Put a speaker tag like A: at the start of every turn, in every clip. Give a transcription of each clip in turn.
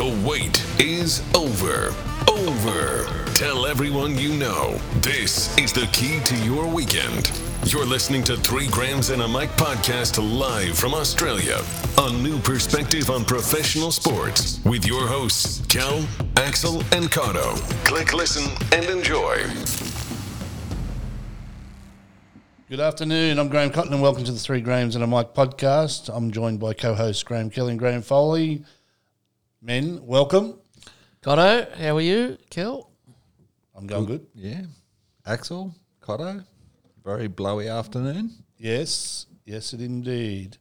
A: The wait is over. Over. Tell everyone you know. This is the key to your weekend. You're listening to Three Grams and a Mic podcast live from Australia. A new perspective on professional sports with your hosts, Kel, Axel, and Cotto. Click, listen, and enjoy.
B: Good afternoon. I'm Graham Cotton, and welcome to the Three Grahams and a Mike podcast. I'm joined by co-hosts Graham Kelly and Graham Foley. Men, welcome.
C: Cotto, how are you? Kel?
B: I'm going good.
D: Yeah. Axel, Cotto, very blowy afternoon.
B: Yes, yes, it indeed.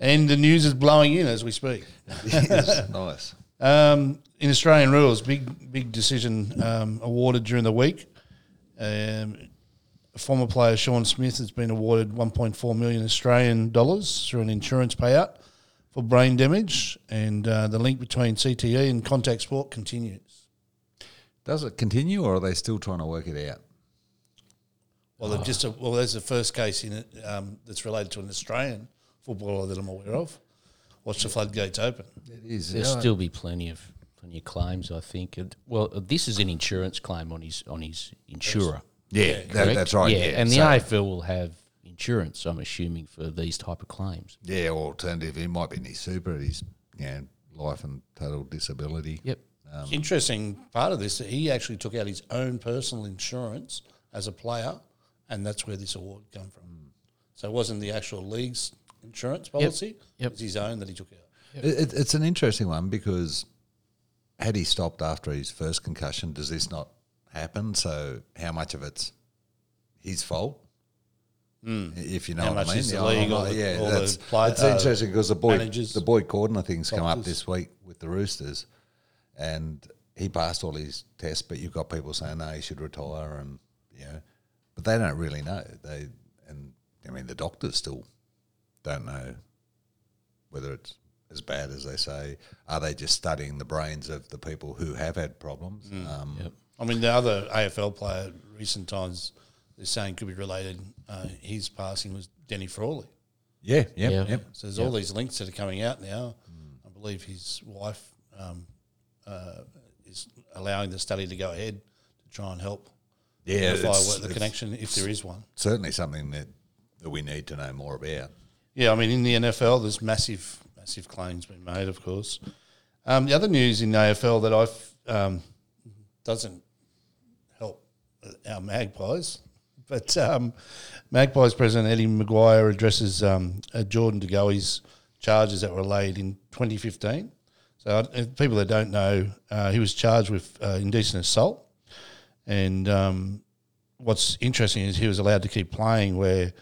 B: And the news is blowing in as we speak.
D: Yes. nice.
B: Um, in Australian rules, big big decision um, awarded during the week. Um, former player Sean Smith has been awarded 1.4 million Australian dollars through an insurance payout for brain damage, and uh, the link between CTE and contact sport continues.
D: Does it continue or are they still trying to work it out?
B: Well, they've just well, there's the first case in it um, that's related to an Australian footballer that I'm aware of. Watch the floodgates open.
D: It is.
C: There'll still be plenty of plenty of claims, I think. And- Well, this is an insurance claim on his on his insurer.
D: yeah, that,
C: correct?
D: that's right. Yeah.
C: and the
D: so-
C: AFL will have insurance, I'm assuming, for these type of claims.
D: yeah, or alternative, it might be in his super, his you know, life and total disability.
C: Yep.
B: Interesting part of this that he actually took out his own personal insurance as a player, and that's where this award come from. So it wasn't the actual league's insurance policy;
C: Hmm. Yep.
B: it was his own that he took out.
D: It, it, it's an interesting one because had he stopped after his first concussion, does this not happen? So how much of it's his fault? If you know
B: Hmm. How much
D: what I mean,
B: is the
D: Yeah,
B: league or
D: I-
B: the-
D: yeah,
B: or the
D: that's
B: pla-
D: it's
B: uh,
D: interesting because the boy
B: managers,
D: the boy Cordner thing's come up
B: doctors.
D: this week with the Roosters, and he passed all his tests, but you've got people saying no, he should retire, and you know, but they don't really know. They and I mean the doctors still don't know whether it's as bad as they say. Are they just studying the brains of the people who have had problems?
B: Mm.
D: Um,
B: I mean, the other AFL player recent times they're saying could be related. Uh, his passing was Denny Frawley.
D: Yeah, yeah,
C: Yeah.
D: yeah.
B: So there's all these links that are coming out now.
C: Hmm.
B: I believe his wife um, uh, is allowing the study to go ahead to try and help
D: Yeah,
B: verify
D: it's-
B: what the
D: it's
B: connection, if there is one.
D: Certainly something that, that we need to know more about.
B: Yeah, I mean, in the NFL, there's massive, massive claims been made, of course. Um, the other news in the AFL that I've um, doesn't help our Magpies, but um, Magpies president Eddie Maguire addresses um, uh, Jordan De Goey's charges that were laid in 2015. So, uh, if people that don't know, uh, he was charged with uh, indecent assault, and um, what's interesting is he was allowed to keep playing where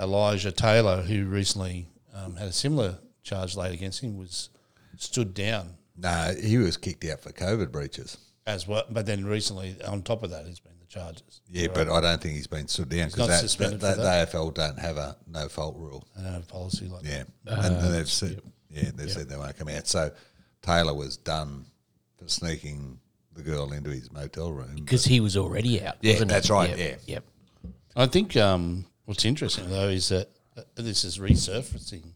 B: Elijah Taylor, who recently um, had a similar charge laid against him, was stood down
D: No, he was kicked out for COVID breaches.
B: as well. But then recently, on top of that, has been the charges.
D: Yeah, but I don't think he's been stood down
B: not
D: because that,
B: suspended
D: that,
B: for
D: that,
B: that.
D: the AFL don't have a no fault rule.
B: I don't have a policy like
D: Yeah,
B: Um,
D: and they've said yeah they've said they won't come out. So Taylor was done for sneaking the girl into his motel room.
C: Because he was already out.
D: Yeah,
C: wasn't he?
D: that's right,
C: Yep. Yep.
B: that. I think um, what's interesting though is that uh, this is resurfacing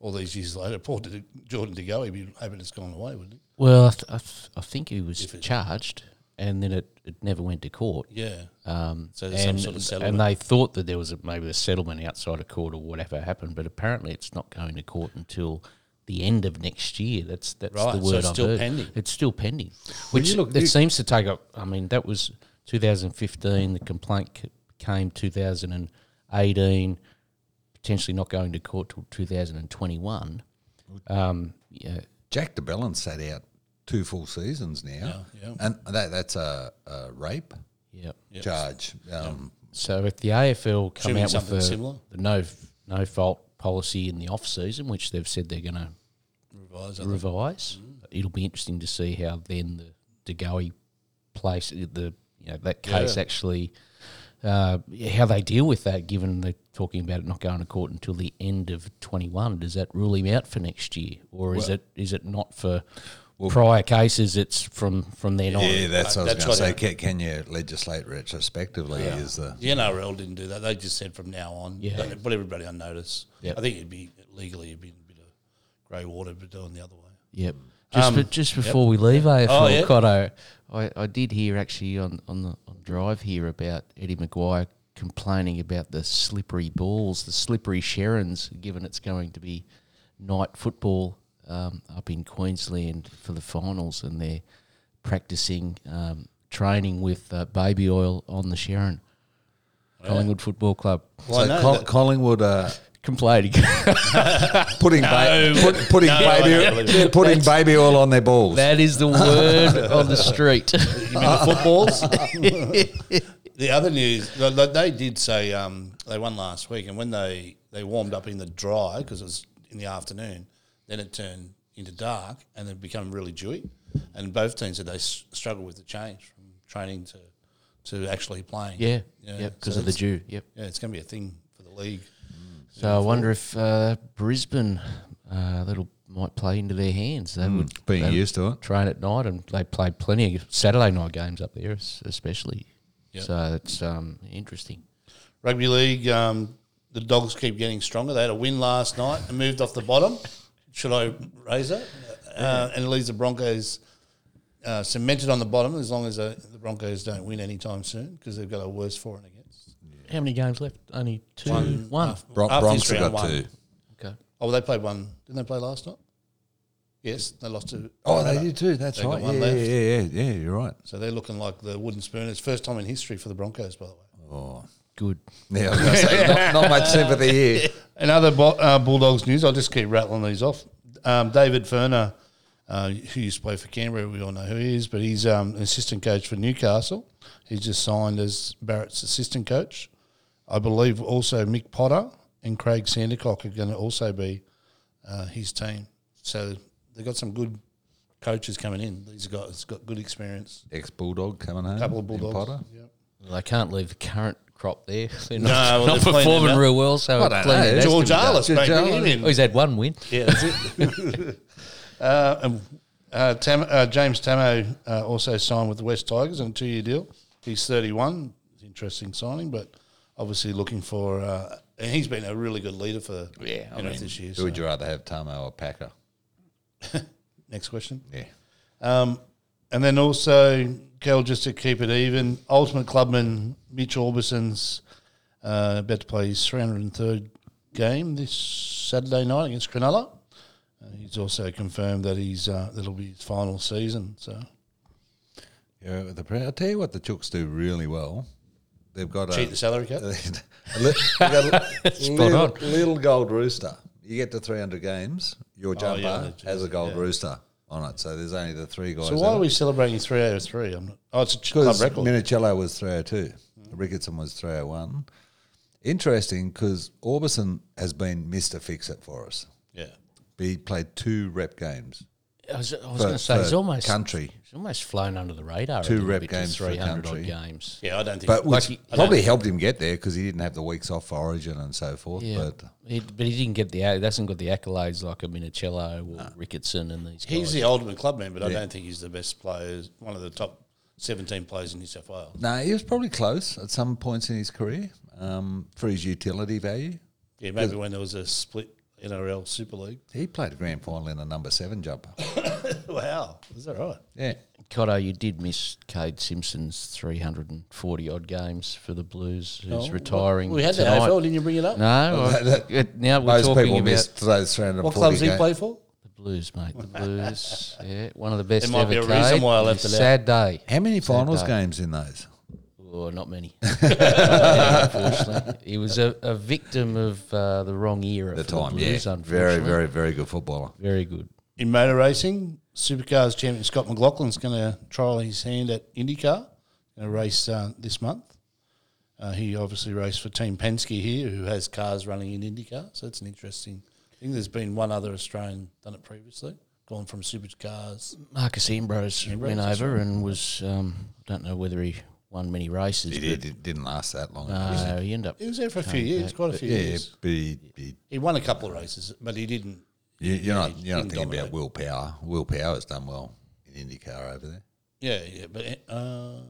B: all these years later. Poor De- Jordan De Goey, be hoping it's gone away, wouldn't it?
C: Well, I, th- I, th- I think he was charged and then it, it never went to court.
B: Yeah.
C: Um,
B: So there's some
C: and,
B: sort of
C: and
B: settlement.
C: they thought that there was a, maybe a settlement outside of court or whatever happened, but apparently it's not going to court until the end of next year. That's that's
B: Right,
C: the
B: so
C: word
B: it's
C: I've
B: still
C: heard.
B: pending.
C: It's still pending, which
D: look-
C: that
D: you-
C: seems to take up. I mean, that was 2015. The complaint c- came 2018, potentially not going to court till 2021. Um, yeah,
D: Jack DeBellin sat out two full seasons now,
B: Yeah, yeah.
D: and that that's a, a rape
C: yeah.
D: charge. Um,
C: So if the AFL come
B: Assuming
C: out with
B: something
C: the,
B: similar?
C: the no no fault policy in the off season, which they've said they're going to
B: Revise, I think. Mm.
C: revise, it'll be interesting to see how then the DeGoey place the you know that case
B: Yeah.
C: actually uh, how they deal with that. Given they're talking about it not going to court until the end of twenty one, does that rule him out for next year, or is it is it not for prior cases? It's from from then on.
D: Yeah, that's what I was
B: That's
D: going to say.
B: what
D: Can, can you legislate retrospectively? Is the
B: The NRL didn't do that. They just said from now on,
C: Yeah.
B: they put everybody on notice.
C: Yeah.
B: I think it'd be legally it'd be a bit of grey water, but doing the other way.
C: Yep. Just, be- just before we leave
B: Um,
C: AFL,
B: Oh, yeah.
C: Cotto, I, I did hear actually on, on the on drive here about Eddie Maguire complaining about the slippery balls, the slippery Sherrans, given it's going to be night football um, up in Queensland for the finals and they're practicing um, training with uh, baby oil on the Sharon. Collingwood Football Club.
B: Well, I
D: so
B: know
D: Col-
B: that-
D: Collingwood are
C: Complaining.
D: putting ba- put, putting
B: No, I don't
D: baby
B: believe
D: they're putting baby oil on their balls.
C: that is the word on the street.
B: You mean the footballs? the other news, they- they they did say um, they won last week, and when they, they warmed up in the dry because it was in the afternoon, then it turned into dark and it became really dewy. And both teams said they s- struggled with the change from training to to actually playing.
C: Yeah, yeah, because
B: so
C: of the
B: it's-
C: Jew. Yep.
B: Yeah, it's going to be a thing for the league.
C: So I wonder if uh, Brisbane uh, that'll might play into their hands. They would
D: Being
C: they
D: used to it.
C: train at night, and they play plenty of Saturday night games up there, es- especially.
B: Yep.
C: So it's um, interesting.
B: Rugby league, um, the dogs keep getting stronger. They had a win last night and moved off the bottom. Should I raise that? Uh, and it leaves the Broncos uh, cemented on the bottom as long as uh, the Broncos don't win anytime soon because they've got a worse for and against.
C: How many games left? Only two. One.
B: After-
D: Bron-
B: after
D: Bronx
B: this
D: have
B: round,
D: got
B: one.
D: two.
C: Okay.
B: Oh, well, they played one. Didn't they play last night? Yes, they lost to.
D: Oh, they
B: Parramatta.
D: do too. That's
B: They got
D: right. Yeah,
B: one
D: yeah,
B: left.
D: yeah, yeah, yeah. You're right.
B: So they're looking like the wooden spoon. It's first time in history for the Broncos, by the way.
C: Good.
D: Yeah, I was gonna say, not, not much sympathy here.
B: In other Bo- uh, Bulldogs news, I'll just keep rattling these off. Um, David Ferner, uh, who used to play for Canberra, we all know who he is, but he's um, an assistant coach for Newcastle. He's just signed as Barrett's assistant coach. I believe also Mick Potter and Craig Sandercock are going to also be uh, his team. So they've got some good coaches coming in. These guys got good experience.
D: Ex bulldog coming home.
B: Couple of
D: in
B: Bulldogs.
D: Potter.
B: Yep.
C: Well, they can't leave the current crop there. They're
B: No,
C: not,
B: well,
C: not
B: they're cleaning
C: performing
B: up.
C: real well. So
D: I don't
C: cleaning
D: know.
C: has to
B: George
C: be done.
B: Arliss, mate.
D: George
B: bring him in.
C: Oh, he's had one win.
B: Yeah, that's it. uh, and, uh, Tam, uh, James Tamo uh, also signed with the West Tigers on a two-year deal. He's 31. It's an interesting signing, but obviously looking for. Uh, and he's been a really good leader for
C: Yeah, I
B: you know,
C: mean,
B: this year.
D: Who
B: So.
D: would you rather have, Tamo or Packer?
B: Next question.
D: Yeah.
B: Um, and then also, Kel, just to keep it even, ultimate clubman Mitch Orbison's uh, about to play his 303rd game this Saturday night against Cronulla. Uh, he's also confirmed that he's uh, that'll be his final season. So
D: Yeah, the pre- I'll tell you what the Chooks do really well. They've got
B: cheat the
D: a,
B: salary cap.
D: a li- they've got a little,
C: on.
D: little gold rooster. You get to 300 games, your
B: Oh,
D: jumper
B: yeah, they do,
D: has a gold
B: yeah.
D: rooster on it. So there's only the three guys.
B: So why are we celebrating 303? I'm not, oh, it's a ch- club
D: Because
B: record.
D: Minicello was 302, Ricketson was 301. Interesting because Orbison has been Mr. Fix It for us.
B: yeah.
D: He played two rep games.
C: I was, I was
D: For-
C: going to say he's
D: for
C: almost
D: country.
C: He's almost flown under the radar.
D: Two
C: a little
D: rep
C: bit
D: games for
C: three hundred
D: country.
C: odd games.
B: Yeah, I don't think.
D: But which
C: he-
D: probably helped him get there because he didn't have the weeks off for Origin and so forth.
C: Yeah,
D: But uh,
C: he, but he didn't get the he hasn't got the accolades like a Minicello or Ricketson and these
B: he's
C: guys.
B: the ultimate clubman, but I don't think he's the best player. One of the top 17 players in New South Wales.
D: No, he was probably close at some points in his career um, for his utility value.
B: Yeah, maybe when there was a split NRL Super League.
D: He played a grand final in a number seven jumper.
B: Wow, is that right?
D: Yeah.
C: Cotto, you did miss Cade Simpson's three hundred and forty odd games for the Blues,
D: Oh,
C: who's retiring.
B: We had the
C: tonight.
B: AFL, didn't you bring it up?
C: No, I- it- now we're
D: Most
C: talking
D: people
C: about
D: missed those 340
B: What clubs did he
D: games.
B: play for?
C: the Blues, mate. The Blues, yeah, one of the best.
B: There might
C: ever,
B: be a reason
C: Cade.
B: why I left it out.
C: Sad day.
D: How many finals
C: day.
D: games in those?
C: Well, not many. unfortunately, he was a, a victim of uh, the wrong era.
D: The
C: for
D: time,
C: the
D: yeah.
C: Blues,
D: Very,
C: unfortunately.
D: very, very good footballer.
C: very good.
B: In motor racing, Supercars champion Scott McLaughlin's going to trial his hand at IndyCar in a race uh, this month. Uh, he obviously raced for Team Penske here, who has cars running in IndyCar, so it's an interesting thing. There's been one other Australian done it previously, gone from supercars.
C: Marcus Ambrose, went over and was um, don't know whether he won many races.
D: It,
C: but,
D: it didn't last that long.
C: Uh, he ended up.
B: He was there for a few years, quite a few
D: yeah,
B: years.
D: but he, he,
B: He won a couple of races, but he didn't.
D: you, you're not, you're not
B: didn't
D: thinking about
B: dominate.
D: Will Power. Will Power has done well in IndyCar over there.
B: Yeah, yeah, but uh,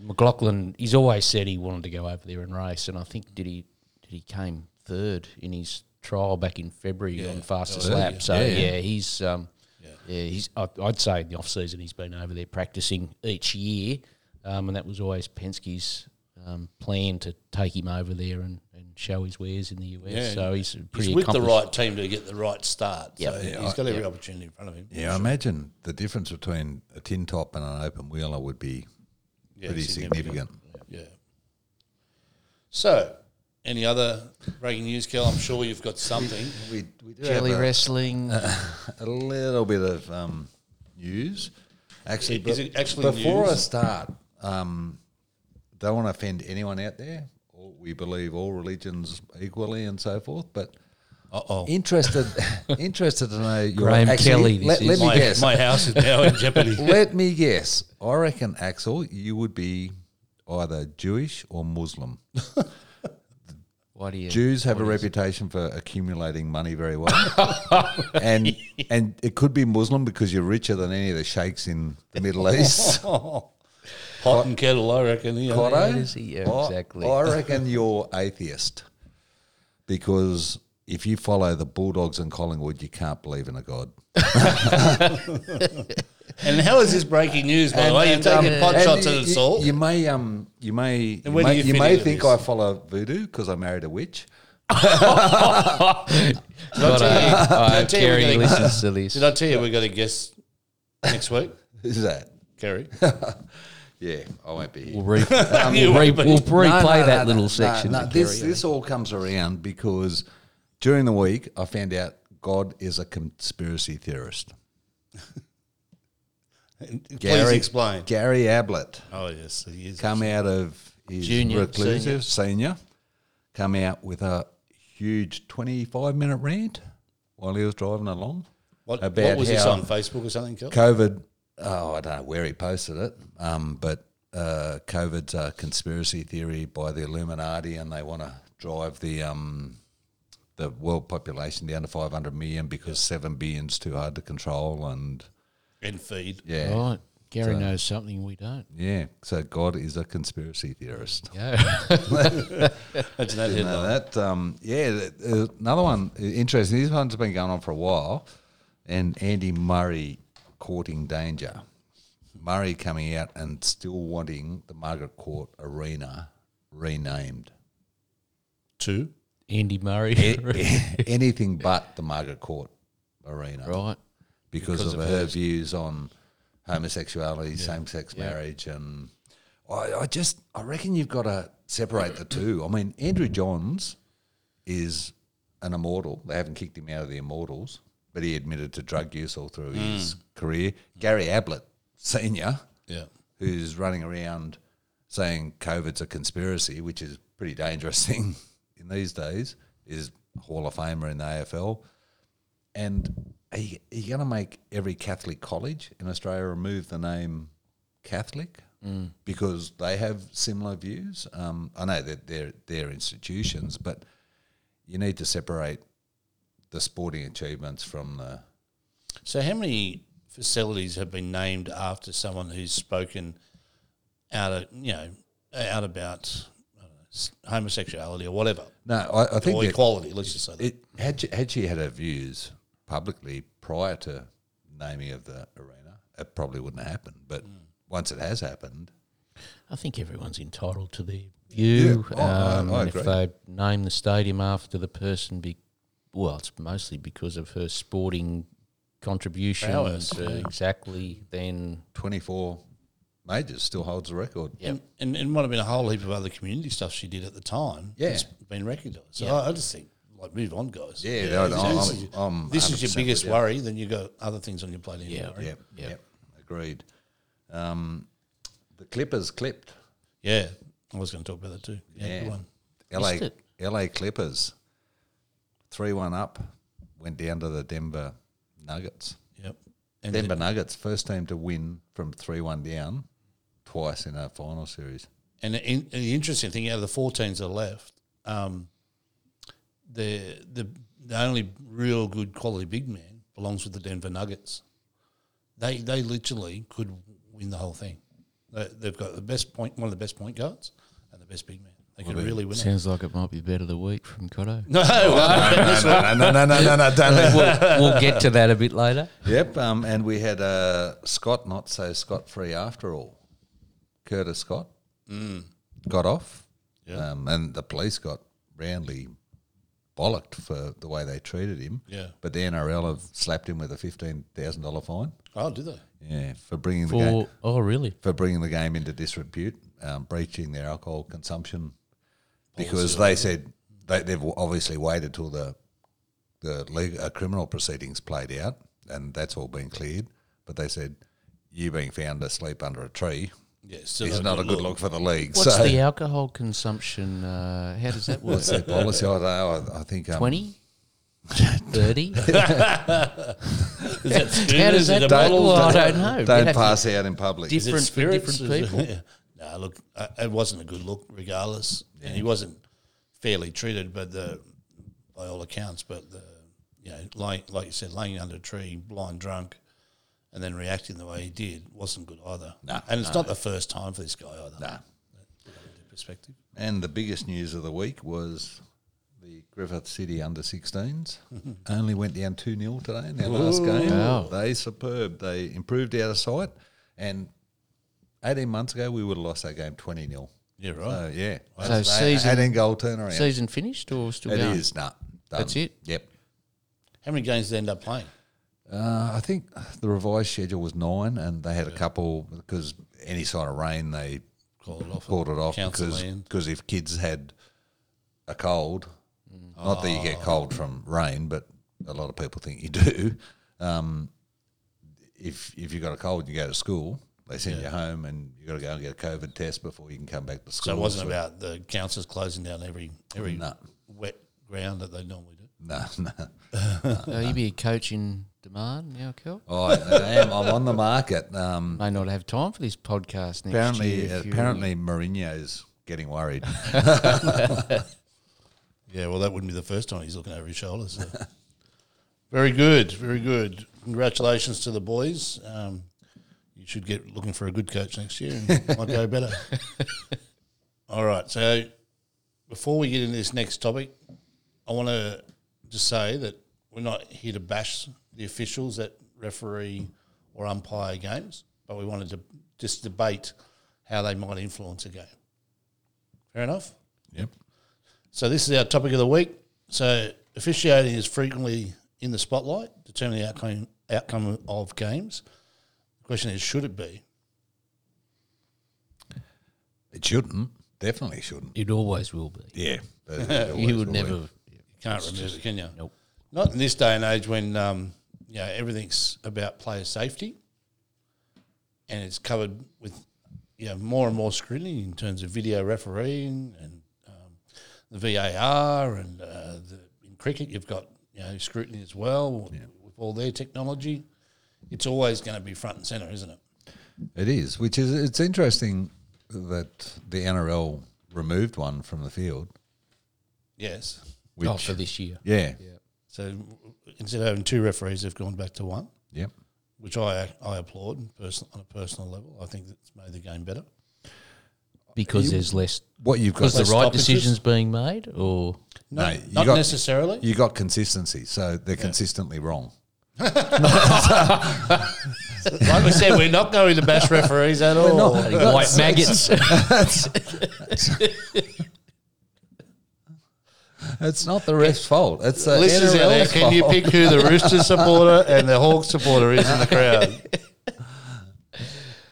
C: McLaughlin, he's always said he wanted to go over there and race, and I think did he did he came third in his trial back in February on fastest
D: yeah.
C: lap. So
D: Yeah,
C: yeah,
D: yeah.
C: he's um, yeah. he's I, I'd say in the off season he's been over there practicing each year, um, and that was always Penske's um, plan to take him over there and, and show his wares in the US.
B: Yeah.
C: so he's a pretty
B: He's with the
C: accomplished-
B: right team to get the right start.
C: Yeah.
B: so
C: Yeah,
B: he's got every opportunity in front of him.
D: Yeah, I imagine the difference between a tin top and an open wheeler would be
B: Yeah,
D: pretty significant.
B: Yeah. So, any other breaking news, Kel? I'm sure you've got something.
D: We, we do
E: Jelly
D: have a,
E: wrestling.
D: a little bit of um, news. Actually,
B: Is
D: but
B: it actually
D: before I
B: news?
D: start, um, don't want to offend anyone out there. All, we believe all religions equally and so forth, but
B: Uh oh.
D: interested interested to know your
C: Graham Kelly, this
D: Let, let
C: is.
D: me
B: My,
D: guess.
B: my house is now in jeopardy.
D: Let me guess. I reckon, Axel, you would be either Jewish or Muslim.
E: What do you?
D: Jews have a reputation for accumulating money very well, and and it could be Muslim because you're richer than any of the sheikhs in the Middle East.
B: Pot Oh. and kettle, I reckon. Yeah.
D: Cotto,
E: is he? Yeah,
D: I-
E: exactly.
D: I, reckon you're atheist because if you follow the Bulldogs and Collingwood, you can't believe in a god.
B: And how is this breaking news, by the way? You've taken pot
D: And
B: shots
D: you-
B: at us
D: you-
B: all.
D: You may, um, you may, you
B: where do
D: may,
B: you
D: you
B: fit
D: may
B: into
D: think
B: this?
D: I follow voodoo because I married a witch.
E: God,
C: Oh,
D: uh,
E: I, I,
B: tell you we're
E: Kerry
B: gonna-
E: listens to this.
B: Did I tell you we've got a guest next week?
D: Who's that?
B: Kerry.
D: Yeah, I won't be here.
C: We'll, re-
B: You
C: we'll, re-
B: won't be.
C: we'll
D: No,
C: replay
D: no,
C: that
D: no,
C: little
D: no,
C: section.
D: no, this this all comes around because during the week I found out God is a conspiracy theorist.
B: Please explain.
D: Gary Ablett
B: Oh, yes, he is.
D: come out of his
E: Junior,
D: reclusive senior. come out with a huge twenty five minute rant while he was driving along.
B: What, what
D: about
B: was this
D: how-
B: on Facebook or something, Kel?
D: COVID. Oh, I don't know where he posted it, um, but uh, COVID's a conspiracy theory by the Illuminati, and they want to drive the um, the world population down to five hundred million because seven billion's too hard to control, and
B: And feed.
D: yeah,
C: Right. Gary knows something we don't.
D: yeah. So God is a conspiracy theorist.
C: Yeah.
B: That's that
D: Now
B: headline.
D: that um, yeah, th- uh, another one uh, interesting. This one's been going on for a while, and Andy Murray courting danger. Murray coming out and still wanting the Margaret Court Arena renamed.
B: Two.
C: Andy Murray.
D: Anything but the Margaret Court Arena,
C: right.
D: Because, of, her views on homosexuality, same-sex marriage, and I, I just I reckon you've got to separate the two. I mean, Andrew Johns is an immortal. They haven't kicked him out of the immortals, but he admitted to drug use all through his career. Gary Ablett Senior,
B: Yeah.
D: who's running around saying COVID's a conspiracy, which is a pretty dangerous thing in these days, is Hall of Famer in the AFL. And are you, are you going to make every Catholic college in Australia remove the name Catholic because they have similar views? Um, I know that they're, they're institutions, but you need to separate the sporting achievements from the.
B: So, how many facilities have been named after someone who's spoken out of you know out about I don't know, s- homosexuality or whatever
D: No, I, I think
B: or
D: they're-
B: equality? Let's just say that.
D: It, had, she, had she had her views publicly prior to naming of the arena, it probably wouldn't have happened. But
B: Mm.
D: once it has happened,
C: I think everyone's entitled to their view.
D: Yeah. Oh, I-
C: um,
D: I
C: and
D: agree.
C: if they name the stadium after the person, be, well, it's mostly because of her sporting contribution.
B: Prowess, yeah.
C: Exactly. Then
D: 24 majors still holds the record.
B: And, and and might have been a whole heap of other community stuff she did at the time.
D: Yeah.
B: that's been recognised. So I, I just think like move on, guys.
D: Yeah, no, no,
B: this,
D: I'm-
B: is,
D: I'm
B: this is your
D: 100%
B: biggest
D: with you.
B: worry. Then you got other things on your plate. Anyway.
C: Yeah.
D: Yep, yep, agreed. Um, the Clippers clipped.
B: yeah. I was going to talk about that too. Yeah, good one.
D: LA,
C: Missed it.
D: LA Clippers, 3 1 up, went down to the Denver Nuggets.
B: Yep. And
D: Denver Nuggets, first team to win from 3 1 down twice in a final series.
B: And the, in, and the interesting thing, out of the four teams that are left, um, the the the only real good quality big man belongs with the Denver Nuggets. They they literally could win the whole thing. They, they've got the best point, one of the best point guards, and the best big man. They They could really win it.
E: Sounds like it might be better the week from Cotto.
B: No,
D: no, no, no, no, no, no, don't let-
C: we'll, we'll get to that a bit later.
D: Yep, um, and we had uh, Scott not so scot free after all. Curtis Scott got off, um, and the police got roundly bollocked for the way they treated him.
B: Yeah.
D: but the NRL have slapped him with a fifteen thousand dollar fine.
B: oh, did they?
D: Yeah, for bringing the game
C: For, oh, really?
D: for bringing the game into disrepute, um, breaching their alcohol consumption, because they said they, they've obviously waited till the the leg, uh, criminal proceedings played out, and that's all been cleared. But they said you being found asleep under a tree
B: Yeah, still
D: is not a good look for the league.
C: What's
D: so
C: the alcohol consumption? Uh, how does that work?
D: what's their policy? I, don't know. I, I think um,
C: 20? 30?
B: Is that students?
C: How does
B: Is it
C: that
B: a bottle?
C: work? Well, I don't know. You'd
D: Don't
C: have to-
D: pass out in public.
B: Is
C: Dif-
B: it
C: different for different
B: spirits? Is it- no, look, uh, it wasn't a good look, regardless, and he wasn't fairly treated, but the by all accounts, but the you know, like like you said, laying under a tree, blind drunk, and then reacting the way he did wasn't good either.
D: No,
B: and it's not the first time for this guy either.
D: Nah.
B: Perspective.
D: And the biggest news of the week was the Griffith City under 16s. Only went down 2 0 today in their last game. They superb. They improved out of sight. And 18 months ago, we would have lost that game 20 0.
B: Yeah, right.
D: So, yeah.
C: So
D: That's an
C: season-
D: 18 goal turnaround.
C: Season finished or still
D: it
C: going?
D: is. Nah. Done.
C: That's it?
D: Yep.
B: How many games did they end up playing?
D: Uh, I think the revised schedule was nine, and they had a couple because any sign of rain, they
B: Called off.
D: called it off
B: Council
D: because
B: land.
D: cause if kids had a cold,
B: Mm.
D: not that you get cold from rain, but a lot of people think you do. Um, if if you got a cold, and you go to school. They send you home, and you got to go and get a COVID test before you can come back to school.
B: So it wasn't about the councils closing down every every
D: No.
B: wet ground that they normally do.
D: no, no.
E: Uh, you be a coach in demand now, Kel.
D: Oh, I, I am. I'm on the market. Um,
E: May not have time for this podcast next
D: apparently, uh,
E: year. if you-
D: apparently, Mourinho's getting worried.
B: Yeah, well, that wouldn't be the first time he's looking over his shoulder. so. very good, very good. Congratulations to the boys. Um, you should get looking for a good coach next year and it might go better. All right, so before we get into this next topic, I want to just say that we're not here to bash the officials that referee or umpire games, but we wanted to just debate how they might influence a game. Fair enough?
D: yep.
B: So this is our topic of the week. So officiating is frequently in the spotlight, determining the outcome outcome of games. The question is, should it be?
D: It shouldn't. Definitely shouldn't.
C: It always will be.
D: Yeah. But it always
C: You would
D: will
C: never.
B: You can't remove it, can you?
C: Nope.
B: Not in this day and age when um, you know everything's about player safety, and it's covered with you know, more and more scrutiny in terms of video refereeing and um, the VAR and uh, the, in cricket you've got you know scrutiny as well with, with all their technology. It's always going to be front and center, isn't it?
D: be. It is, which is it's interesting that the NRL removed one from the field.
B: Yes.
D: Which,
C: oh, for this year.
D: yeah,
B: So w- instead of having two referees, they've gone back to one,
D: yep.
B: which I I applaud person, on a personal level. I think that's made the game better.
C: Because there's less.
D: What you've got,
C: Because the
B: less
C: right
B: stoppages?
C: decision's being made or.
D: no,
B: No,
D: you
B: not
D: got
B: necessarily.
D: you got consistency, so they're consistently wrong.
B: like we said, we're not going to bash referees at all.
C: White maggots.
D: It's not the ref's fault. It's the
B: Listeners out there,
D: NRL's
B: can you
D: fault.
B: pick who the Roosters supporter and the Hawks supporter is in the crowd?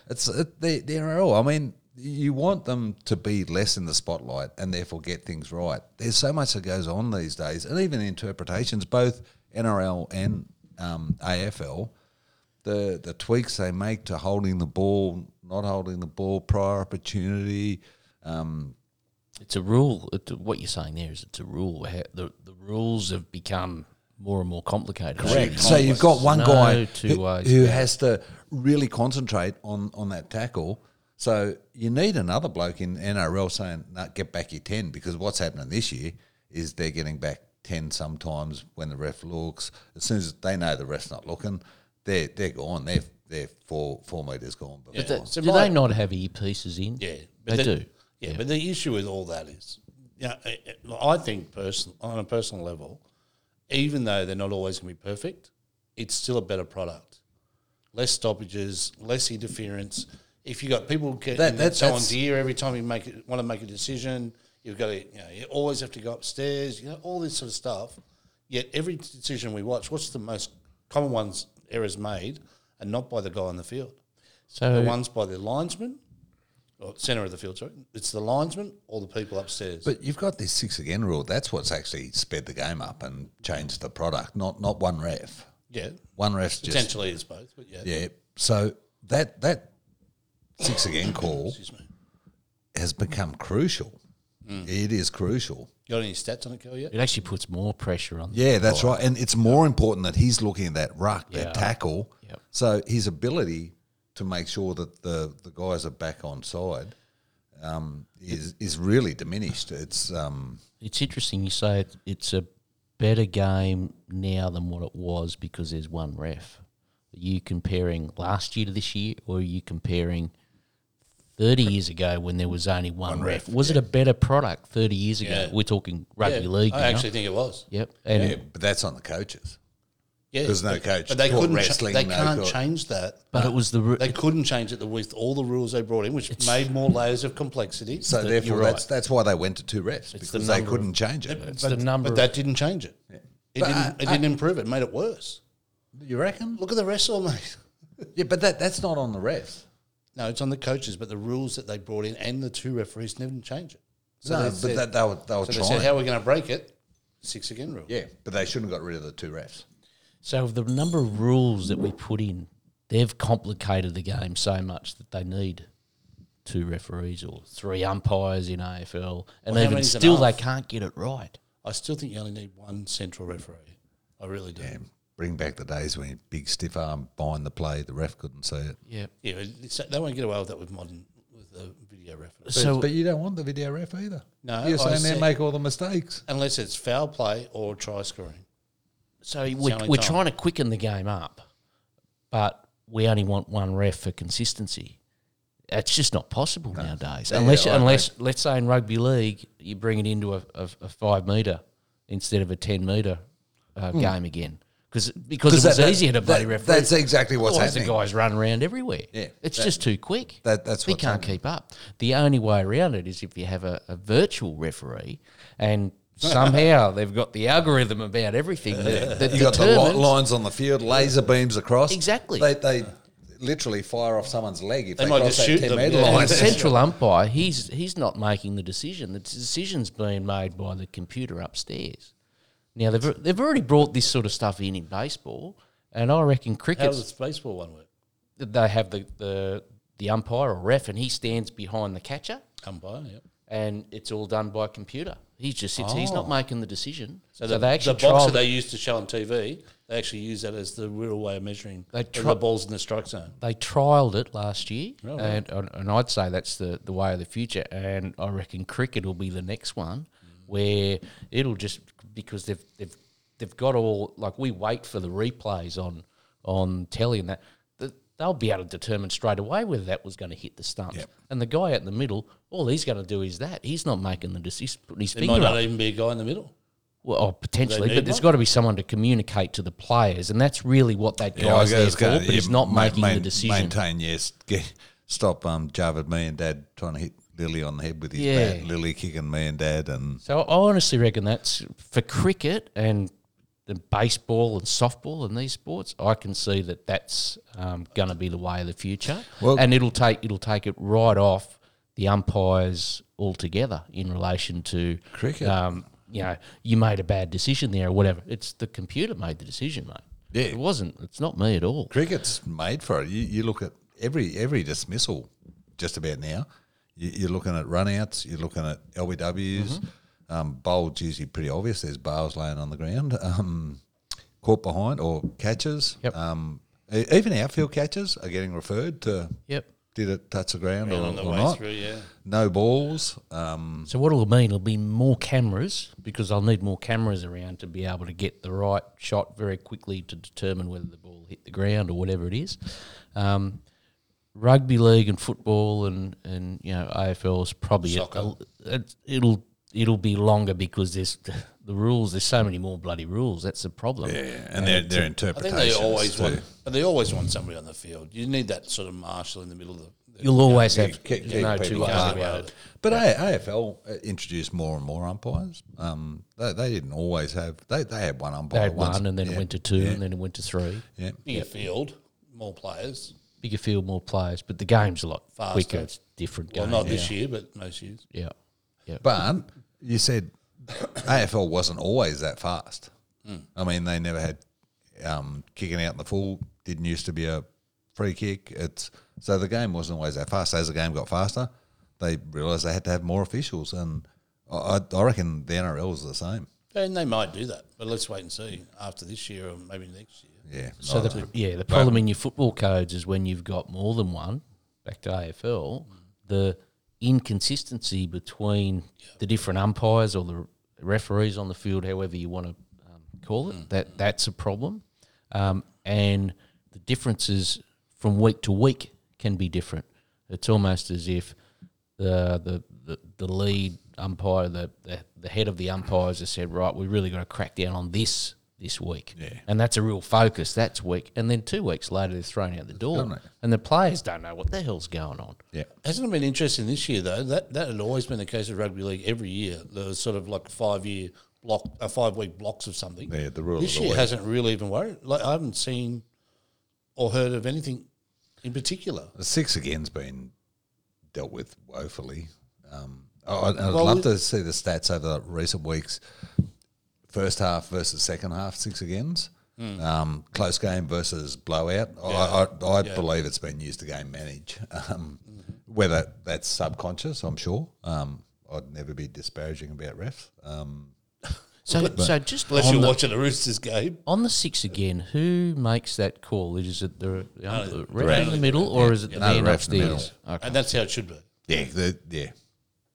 D: It's it, the, the NRL. I mean, you want them to be less in the spotlight and therefore get things right. There's so much that goes on these days, and even interpretations, both NRL and um, AFL. The the tweaks they make to holding the ball, not holding the ball, prior opportunity.
C: it's a rule. It, what you're saying there is it's a rule. Ha- The, the rules have become more and more complicated. Correct.
D: So you've got one
C: No
D: guy
C: two
D: who,
C: ways,
D: who has to really concentrate on on that tackle. So you need another bloke in NRL saying, "No, get back your ten because what's happening this year is they're getting back ten sometimes when the ref looks. As soon as they know the ref's not looking, they're they're gone. They're they're four four meters gone. Before.
C: Do
B: So
C: do
B: my-
C: they not have earpieces in?
B: Yeah,
C: They
B: but
C: do.
B: Yeah, but the issue with all that is, yeah, you know, I I think person on a personal level, even though they're not always going to be perfect, it's still a better product. Less stoppages, less interference. If you got people getting
D: That- that-
B: someone's
D: that's-
B: ear every time you make it, want to make a decision, you've got to you know you always have to go upstairs. You know all this sort of stuff. Yet every decision we watch, what's the most common ones errors made, and not by the guy on the field.
C: So
D: Oh.
B: The ones by the linesman, or centre of the field, sorry. It's the linesman or the people upstairs.
D: But you've got this six again rule. That's what's actually sped the game up and changed the product. Not not one ref.
B: yeah,
D: One ref's just
B: potentially it's both. But yeah,
D: yeah. So that that six again call
B: excuse me.
D: has become crucial.
C: Mm.
D: It is crucial.
B: Got any stats on it, Kel, yet?
C: it actually puts more pressure on.
D: Yeah, that's right. And it's more important that he's looking at that ruck,
C: Yeah.
D: that tackle.
C: Yep.
D: So his ability to make sure that the, the guys are back on side um, is is really diminished. It's um,
C: It's interesting you say it, it's a better game now than what it was because there's one ref. Are you comparing last year to this year, or are you comparing thirty years ago when there was only one, ref? Was it a better product thirty years ago?
B: Yeah.
C: We're talking rugby
B: Yeah,
C: league.
B: I
C: now.
B: actually think it was.
C: Yep. And
D: yeah, but that's on the coaches.
B: Yeah,
D: There's no
B: but-
D: coach.
B: But they
D: Court
B: couldn't.
D: wrestling,
B: Cha- they
D: no
B: can't
D: court.
B: change that.
C: But it was the ru-
B: They couldn't change it with all the rules they brought in, which made more layers of complexity.
D: So therefore,
C: you're
D: that's that's why they went to two refs
C: It's the
D: because they
C: number
D: couldn't change it.
C: it's the number.
B: but
C: of-
B: that didn't change it. It
D: But I-
B: didn't. It
D: I-
B: didn't improve it. Made it worse.
D: You reckon?
B: Look at the wrestle, mate.
D: Yeah, but that that's not on the refs.
B: No, it's on the coaches, but the rules that they brought in and the two referees never change it. So
D: no,
B: they
D: but
B: said-
D: that they were they were
B: So they
D: trying.
B: said, "How are we going to break it?" Six again rule.
D: yeah, but they shouldn't have got rid of the two refs.
C: So the number of rules that we put in, they've complicated the game so much that they need two referees or three umpires in AFL,
B: Well,
C: and
B: how
C: even
B: many's
C: still
B: enough?
C: they can't get it right.
B: I still think you only need one central referee. I really do. Yeah,
D: Bring back the days when big stiff arm bind the play, the ref couldn't see it.
E: Yeah.
B: but it's- they won't get away with that with modern with the video referee.
D: But,
C: so
D: but you don't want the video ref either.
B: No,
D: you're
B: I
D: saying they
B: said-
D: make all the mistakes.
B: Unless it's foul play or try scoring.
C: so we're,
B: only
C: we're
B: time.
C: trying to quicken the game up, but we only want one ref for consistency. It's just not possible nowadays, unless
D: I
C: unless let's say in rugby league you bring it into a, a, a five meter instead of a ten meter uh, game again. Cause, because it was easier to bloody referee.
D: That's exactly what's
C: Otherwise, the
D: happening.
C: guys run around everywhere.
D: Yeah,
C: it's
D: that-
C: just too quick.
D: that- that's
C: they
D: what's
C: can't
D: happening.
C: keep up. The only way around it is if you have a, a virtual referee, and somehow they've got the algorithm about everything that, that
D: You got the li-
C: determines-
D: lines on the field, laser beams across.
C: Exactly.
D: They, they literally fire off someone's leg if they,
B: might
D: cross
B: just
D: that
B: shoot
D: ten
B: them,
D: metre
B: yeah.
D: line.
C: And the central umpire, he's he's not making the decision. The decision's being made by the computer upstairs. Now they've they've already brought this sort of stuff in in baseball, and I reckon
B: How
C: cricket
B: does the baseball one work?
C: they have the, the the umpire or ref, and he stands behind the catcher.
B: Umpire. Yeah.
C: and it's all done by computer. He just sits. He's not making the decision. So,
B: Oh. So, the,
C: they actually
B: the box
C: trialled
B: that they
C: it.
B: used to show on TV, they actually use that as the real way of measuring
C: They
B: whether
C: tri-
B: the balls in the strike zone.
C: They trialled it last year, and, and and I'd say that's the the way of the future. And I reckon cricket will be the next one where it'll just because they've they've they've got all like we wait for the replays on on telly and that. th- They'll be able to determine straight away whether that was going to hit the stumps. And the guy out in the middle, all he's going to do is that. He's not making the decision. He's putting his
B: There
C: finger
B: might
C: up.
B: not even be a guy in the middle.
C: Well, oh, potentially,
B: need
C: but there's
B: one?
C: got to be someone to communicate to the players, and that's really what that guy's there for. but he's not making the decision.
D: Maintain, yes. Get, stop um, Jarvid, me and Dad trying to hit Lily on the head with his
C: Yeah.
D: bat. Lily kicking me and Dad, and
C: So I honestly reckon that's for cricket and the baseball and softball and these sports. I can see that that's um, going to be the way of the future,
D: Well-
C: and it'll take it'll take it right off the umpires altogether in relation to
D: Cricket.
C: Um, you know, you made a bad decision there or whatever. It's the computer made the decision, mate.
D: Yeah.
C: it wasn't. It's not me at all.
D: cricket's made for it. You, you look at every every dismissal, just about now. You, you're looking at runouts. You're looking at LBWs.
C: Mm-hmm.
D: Um, bowled's usually pretty obvious. There's bales laying on the ground. Um, caught behind or catches.
C: Yep.
D: Um, e- even outfield catches are getting referred to.
C: Yep.
D: Did it touch the ground or,
B: on the
D: or
B: way
D: not?
B: through, yeah.
D: No balls. Um,
C: So what it'll mean, it'll be more cameras because I'll need more cameras around to be able to get the right shot very quickly to determine whether the ball hit the ground or whatever it is. Um, rugby league and football and, and you know AFL is probably a-
B: Soccer.
C: a- it, it'll it'll be longer because there's the rules. There's so many more bloody rules. That's the problem.
D: Yeah, and their their
B: I
D: interpretations.
B: think they always
D: too.
B: want. But they always want somebody on the field. You need that sort of marshal in the middle of the. the
C: You'll always
D: Yeah,
C: have
D: keep-
C: no
D: keep
C: two
D: people
C: ways
D: apart.
B: uh,
C: about it.
D: But A- AFL introduced more and more umpires. Um, they, they didn't always have. They, they had one
C: They
D: umpire.
C: had
D: once.
C: one, and then it
D: Yeah,
C: went to two,
D: yeah,
C: and then it went to three.
D: yeah.
B: bigger field, more players.
C: Bigger field, more players, but the game's a lot
B: Faster.
C: quicker. It's different
B: Well,
C: game.
B: not
C: yeah.
B: this year, but most years.
C: Yeah, yeah.
D: But you said AFL wasn't always that fast. I mean, they never had um, kicking out in the full. Didn't used to be a free kick. It's so the game wasn't always that fast. As the game got faster, they realised they had to have more officials, and I, I I reckon the NRL was the same.
B: And they might do that, but let's wait and see after this year or maybe next year.
D: Yeah.
C: So the, yeah, the problem in your football codes is when you've got more than one. Back to AFL, the inconsistency between the different umpires or the referees on the field, however you want to um, call it, that that's a problem, um, and the differences from week to week can be different. It's almost as if the the, the, the lead umpire, the, the the head of the umpires, has said, right, we really got to crack down on this this week, yeah. and that's a real focus. That's week, and then two weeks later, they're thrown out the
D: done
C: door,
D: it.
C: and the players don't know what the hell's going on.
D: yeah.
B: Hasn't it been interesting this year though? That that had always been the case of rugby league every year. There was sort of like five year block, uh, five week blocks of something.
D: Yeah, the rule of
B: This
D: the
B: year
D: week.
B: hasn't really even worried. Like I haven't seen or heard of anything in particular.
D: The six again's been dealt with woefully. Um, I- I'd, I'd
B: Well,
D: love
B: we-
D: to see the stats over the recent weeks. First half versus second half, six agains.
B: Hmm.
D: Um, close game versus blowout. I, I, I believe it's been used to game manage. Um,
B: Mm-hmm.
D: Whether that's subconscious, I'm sure. Um, I'd never be disparaging about refs. Um,
C: So so just
B: Unless
C: on
B: you're
C: the,
B: watching the Roosters game.
C: on the six again, who makes that call? Is it the, the,
B: the-
C: the ref in the middle, or is it the
D: No, the
C: man
D: ref in the middle.
C: upstairs? Okay.
B: And that's how it should be.
D: yeah, the, yeah.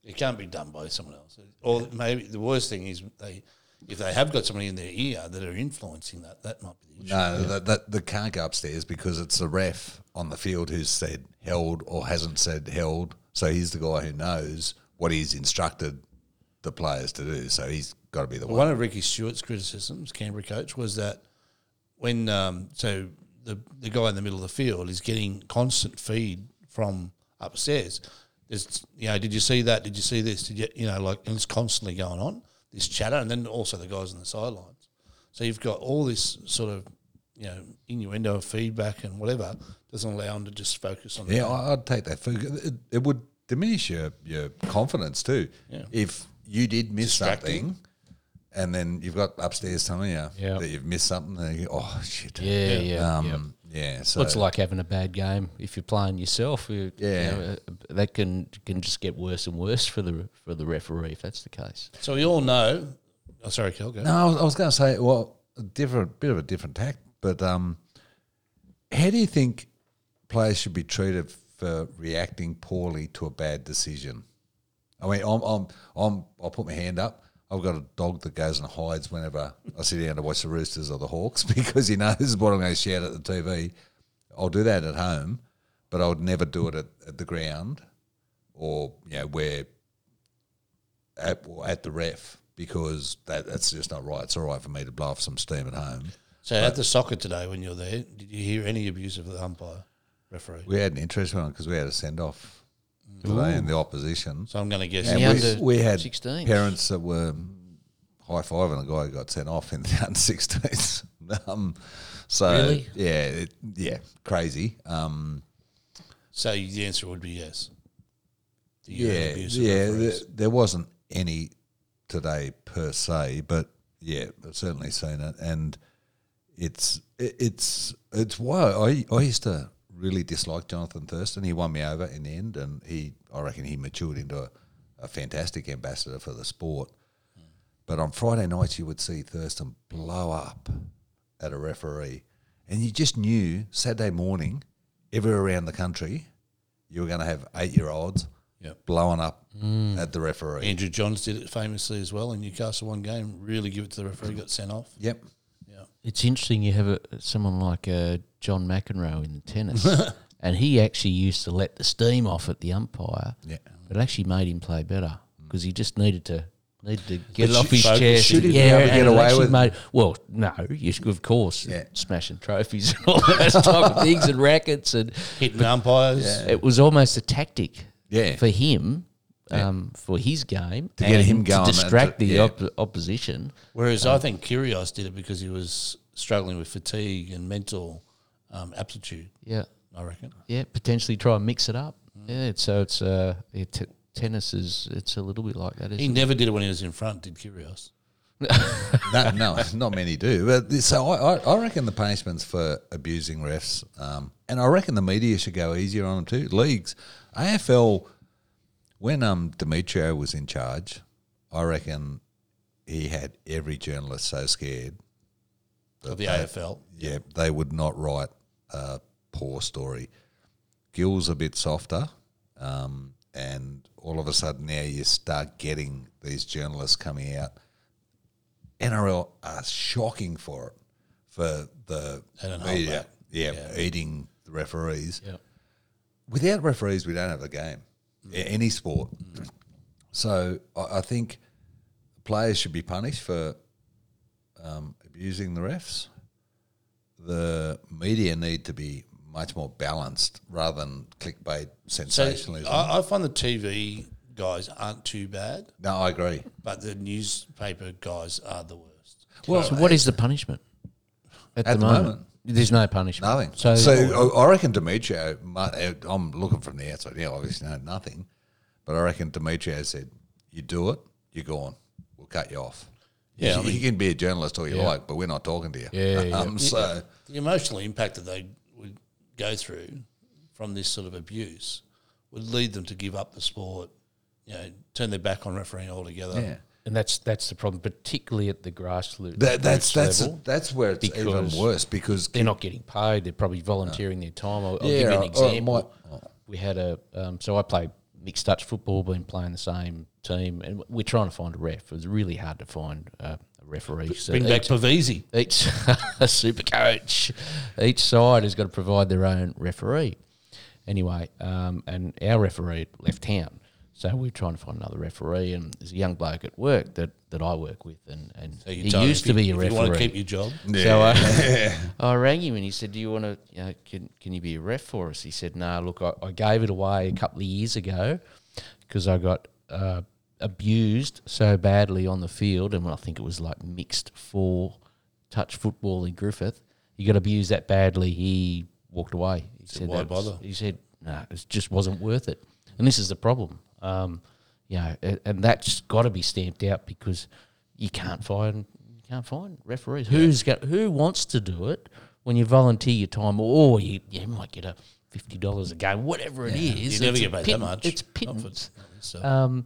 B: It can't be done by someone else. Or maybe the worst thing is they, if they have got somebody in their ear that are influencing that, that might be the issue.
D: No, the, the, the can't go upstairs because it's the ref on the field who's said held or hasn't said held. So he's the guy who knows what he's instructed the players to do. So he's got to be the one.
B: One of Ricky Stewart's criticisms, Canberra coach, was that when um, so the the guy in the middle of the field is getting constant feed from upstairs. There's you know, did you see that? Did you see this? Did you you know like and it's constantly going on this chatter, and then also the guys on the sidelines. So you've got all this sort of you know innuendo of feedback and whatever doesn't allow them to just focus on the
D: Yeah, I- I'd take that. For, it, it would diminish your, your confidence too. If you did miss
B: Distracting.
D: something and then you've got upstairs telling you
C: Yeah.
D: that you've missed something, and you go, oh, shit.
C: yeah, yeah, yeah.
D: Um, yeah. So
C: It's like having a bad game if you're playing yourself. You,
D: Yeah.
C: you know, uh, that can can just get worse and worse for the for the referee if that's the case.
B: So we all know. Oh, sorry, Kel. Go.
D: No, I was, I was going to say, well, a different, bit of a different tact, but um, how do you think players should be treated for reacting poorly to a bad decision? I mean, I'm, I'm, I'm, I'll put my hand up. I've got a dog that goes and hides whenever I sit down to watch the Roosters or the Hawks because he knows what I'm going to shout at the TV. I'll do that at home, but I would never do it at, at the ground or you know where at, or at the ref because that, that's just not right. It's all right for me to blow off some steam at home.
B: So at the soccer today, when you're there, did you hear any abuse of the umpire referee?
D: We had an interesting one because we had a send off today in the opposition.
B: So I'm going to guess.
D: And
E: Yeah.
D: we,
E: under
D: we had
E: 16s.
D: parents that were high fiving a guy who got sent off in the under 16s. um, so,
C: Really?
D: yeah, it, yeah, crazy. Um,
B: So the answer would be yes. Do you hear
D: yeah,
B: abuse of
D: yeah,
B: referees?
D: there, there wasn't any today per se, but yeah, I've certainly seen it, and it's it, it's it's why I I used to really dislike Jonathan Thurston. He won me over in the end, and he I reckon he matured into a, a fantastic ambassador for the sport. But on Friday nights, you would see Thurston blow up at a referee, and you just knew Saturday morning, everywhere around the country, you were going to have eight year olds
B: Yep.
D: blowing up at the referee.
B: Andrew Johns did it famously as well in Newcastle one game. Really give it to the referee, got sent off.
D: Yep.
B: Yeah.
E: It's interesting you have a, someone like uh, John McEnroe in the tennis,
C: and he actually used to let the steam off at the umpire.
D: Yeah.
C: but it actually made him play better because he just needed to needed to get
B: But
C: off
B: should-
C: his
B: focus.
C: chest.
D: Should he be able to
C: and
D: get
C: it
D: away
C: actually
D: with-
C: made- well, no, you should, of course,
D: Yeah.
C: smashing trophies and all those type of things and rackets and
B: hitting umpires.
C: it was almost a tactic
D: Yeah.
C: for him um, for his game
D: To get
C: and
D: him going,
C: to
D: that's
C: distract
D: it,
C: the
D: yeah.
C: op- opposition.
B: Whereas I think Curios did it because he was struggling with fatigue and mental um, aptitude.
C: Yeah,
B: I reckon.
C: yeah, potentially try and mix it up.
D: Mm.
C: Yeah, it's- so it's uh, it, t- tennis is it's a little bit like that. Isn't
B: He never did it when he was in front. Did Curios?
D: no, no, not many do. But th- so I, I, I reckon the punishments for abusing refs, um, and I reckon the media should go easier on them too. Leagues, AFL, when um Demetrio was in charge, I reckon he had every journalist so scared.
B: Of the AFL.
D: Yeah, they would not write a poor story. Gill's a bit softer, um, and all of a sudden now you start getting these journalists coming out. NRL are shocking for it for the
B: They don't hold
D: media,
B: back.
D: yeah, eating the referees. Without referees, we don't have a game, a- any sport. So I, I think players should be punished for um, abusing the refs. The media need to be much more balanced rather than clickbait
B: So
D: sensationalism.
C: uh,
B: I, I find the TV guys aren't too bad,
D: no, I agree.
B: but the newspaper guys are the worst.
D: Well,
C: So what is the punishment at, the,
D: the
C: moment?
D: moment?
C: There's no punishment.
D: Nothing.
C: So,
D: So, I I reckon Demetrio. mu- uh, I'm looking from the outside. Yeah, obviously no, nothing. But I reckon Demetrio said, "You do it, you're gone. We'll cut you off.
B: Yeah,
D: you,
B: I mean-
D: you can be a journalist all you like, but we're not talking to you.
C: Yeah, yeah.
D: um, So
B: The emotional impact that they would go through from this sort of abuse would lead them to give up the sport, you know, turn their back on refereeing altogether.
D: yeah,
C: and that's that's the problem, particularly at the grassroots
D: that, that's that's
C: level.
D: that's where it's even
C: Because-
D: worse because
C: they're not getting paid. They're probably volunteering their time. I'll, I'll
D: Yeah,
C: give you
D: or-
C: an
D: or it
C: example.
D: might-
C: We had a um, so I play mixed touch football. Been playing the same team, and we're trying to find a ref. It was really hard to find uh, a referee. So
B: Bring back
C: each-
B: Pavese.
C: each super coach, each side has got to provide their own referee. Anyway, um, and our referee left town, so we we're trying to find another referee. And there's a young bloke at work that, that I work with, and, and
B: So you
C: he
B: tell them
C: used
B: if
C: to
B: you-
C: be
B: if
C: a referee.
B: You want to keep your job?
C: So I, I rang him and he said, "Do you want to? You know, can can you be a ref for us?" He said, "No, look, I, I gave it away a couple of years ago because I got uh, abused so badly on the field, and I think it was like mixed four touch football in Griffith. He got abused that badly, he walked away. He said,
B: "Why
C: that was-
B: bother?"
C: He said, "No, it just wasn't worth it." And this is the problem. Um, you know, a- and that's got to be stamped out because you can't find you can't find referees. Who's got who wants to do it when you volunteer your time, or you, you might get a fifty dollars a game, whatever it is.
B: You never
C: it's
B: get
C: a
B: paid that
C: pitten-
B: much.
C: It's
B: Not for-
C: pittance
B: So.
C: um,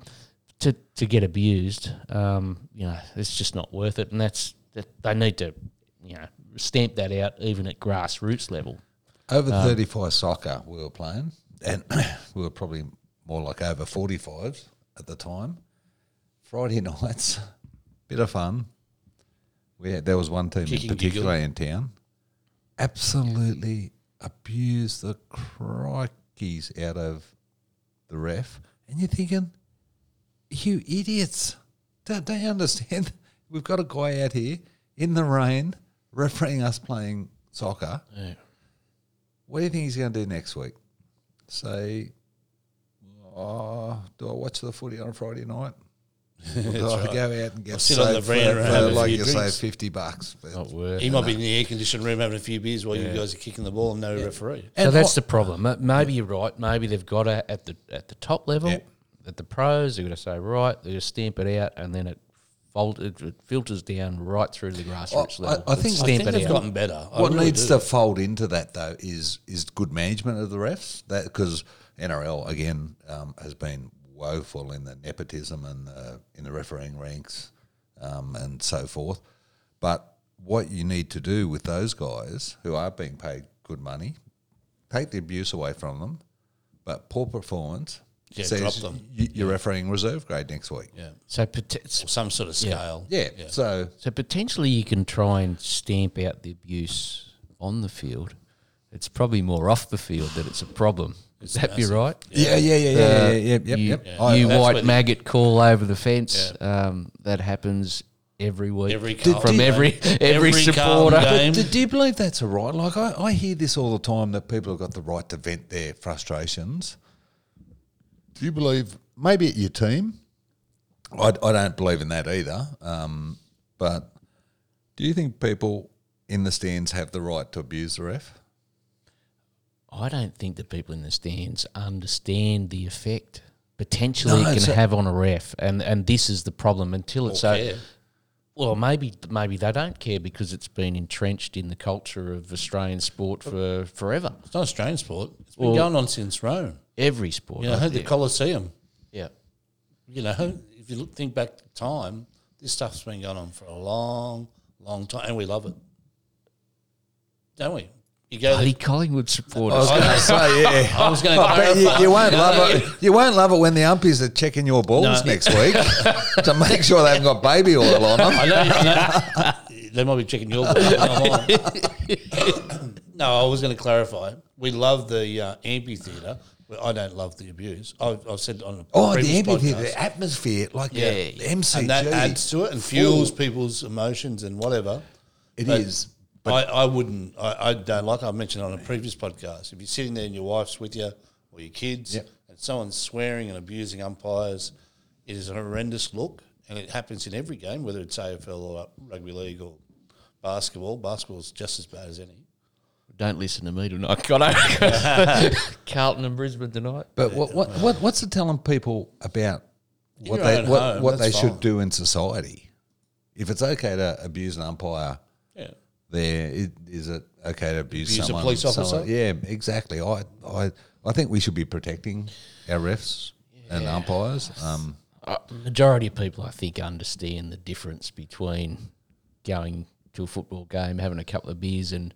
C: to to get abused. Um, you know, it's just not worth it, and that's that they need to you know stamp that out even at grassroots level.
D: Over 35 soccer we were playing, and we were probably more like over 45s at the time. Friday nights, bit of fun. We had, there was one team
B: Kicking
D: in particular in town, absolutely abused the crikeys out of the ref. And you're thinking, you idiots, don't, don't you understand? We've got a guy out here in the rain refereeing us playing soccer. What do you think he's going to do next week? Say, oh, do I watch the footy on a Friday night? Or do I go out and get
B: sit on the
D: saved
B: veranda
D: for,
B: and have
D: for
B: a
D: like
B: few
D: you say,
B: drinks.
D: fifty bucks?
B: Oh,
D: But
C: Not worth.
B: He might be in the air conditioned room having a few beers while you guys are kicking the ball and no referee.
C: So that's the problem. Uh, Maybe you're right. Maybe they've got to at the at the top level,
D: Yeah.
C: at the pros. They're going to say right. They're going to stamp it out, and then it, fold, it it filters down right through the grassroots
D: I-
C: level.
D: I think-
B: I
D: I
B: think
C: stamp
B: they've
C: it out.
B: gotten better. I
D: what
B: really
D: needs
B: do.
D: to fold into that though is is good management of the refs. That because NRL again um, has been woeful in the nepotism and uh, in the refereeing ranks um, and so forth. But what you need to do with those guys who are being paid good money, take the abuse away from them, but poor performance
B: Yeah,
D: says
B: drop them.
D: y- you're refereeing reserve grade next week.
B: Yeah.
C: So pot-
B: Or some sort of scale.
D: Yeah, so
C: So potentially you can try and stamp out the abuse on the field
E: It's probably more off the field that it's a problem. Is that be right?
D: Yeah, yeah, yeah, yeah, yeah, yeah, yep,
E: you
D: yep. I-
E: you
B: that's
E: white
B: what-
E: maggot call over the fence. Um, that happens every week.
B: Every Carlton
E: from
B: game.
E: every every,
B: Every Carlton
E: supporter.
B: game.
D: Do, do you believe that's a right? Like I, I hear this all the time that people have got the right to vent their frustrations. Do you believe maybe at your team? I, I don't believe in that either. Um, but do you think people in the stands have the right to abuse the ref?
C: I don't think the people in the stands understand the effect potentially
D: No,
C: it can
D: so-
C: have on a ref, and and this is the problem until it's
B: Or
C: o-
B: care.
C: Well, maybe maybe they don't care because it's been entrenched in the culture of Australian sport for forever.
B: It's not Australian sport. It's been going on since Rome.
C: Every sport,
B: You know,
C: I
B: the
C: think.
B: Colosseum.
C: yeah.
B: You know, if you look, think back to time, this stuff's been going on for a long, long time, and we love it, don't we? You go.
E: Bloody
B: There,
E: Collingwood
D: I
E: supporters.
D: was going to say, yeah.
B: I was going
D: I bet
B: to.
D: you, you won't love it. You won't love it when the umpies are checking your balls
B: No.
D: next week to make sure they haven't got baby oil on them.
B: I know, I know. they might be checking your. book, not mine. no, I was going to clarify. We love the uh, amphitheatre. Well, I don't love the abuse. I've, I've said on a
D: Oh, the
B: previous
D: amphitheatre,
B: podcast.
D: the atmosphere, like
B: Yeah.
D: the MCG.
B: and that adds to it and fuels people's emotions and whatever.
D: It
B: But
D: is.
B: I, I wouldn't. I, I don't like. I mentioned on a previous podcast. If you're sitting there and your wife's with you or your kids,
D: Yep.
B: and someone's swearing and abusing umpires, it is a horrendous look, and it happens in every game, whether it's AFL or rugby league or basketball. Basketball's just as bad as any.
E: Don't listen to me tonight. God, Carlton and Brisbane tonight.
D: But what, what, what what's it telling people about
B: your
D: what they
B: own
D: what,
B: home,
D: what they
B: that's
D: should
B: fine.
D: do in society? If it's okay to abuse an umpire,
B: Yeah.
D: there it, is it okay to abuse,
B: Abuse a
D: someone?
B: police
D: someone-
B: officer?
D: yeah, exactly. I, I I think we should be protecting our refs and umpires. Um,
C: Uh, majority of people, I think, understand the difference between going to a football game, having a couple of beers, and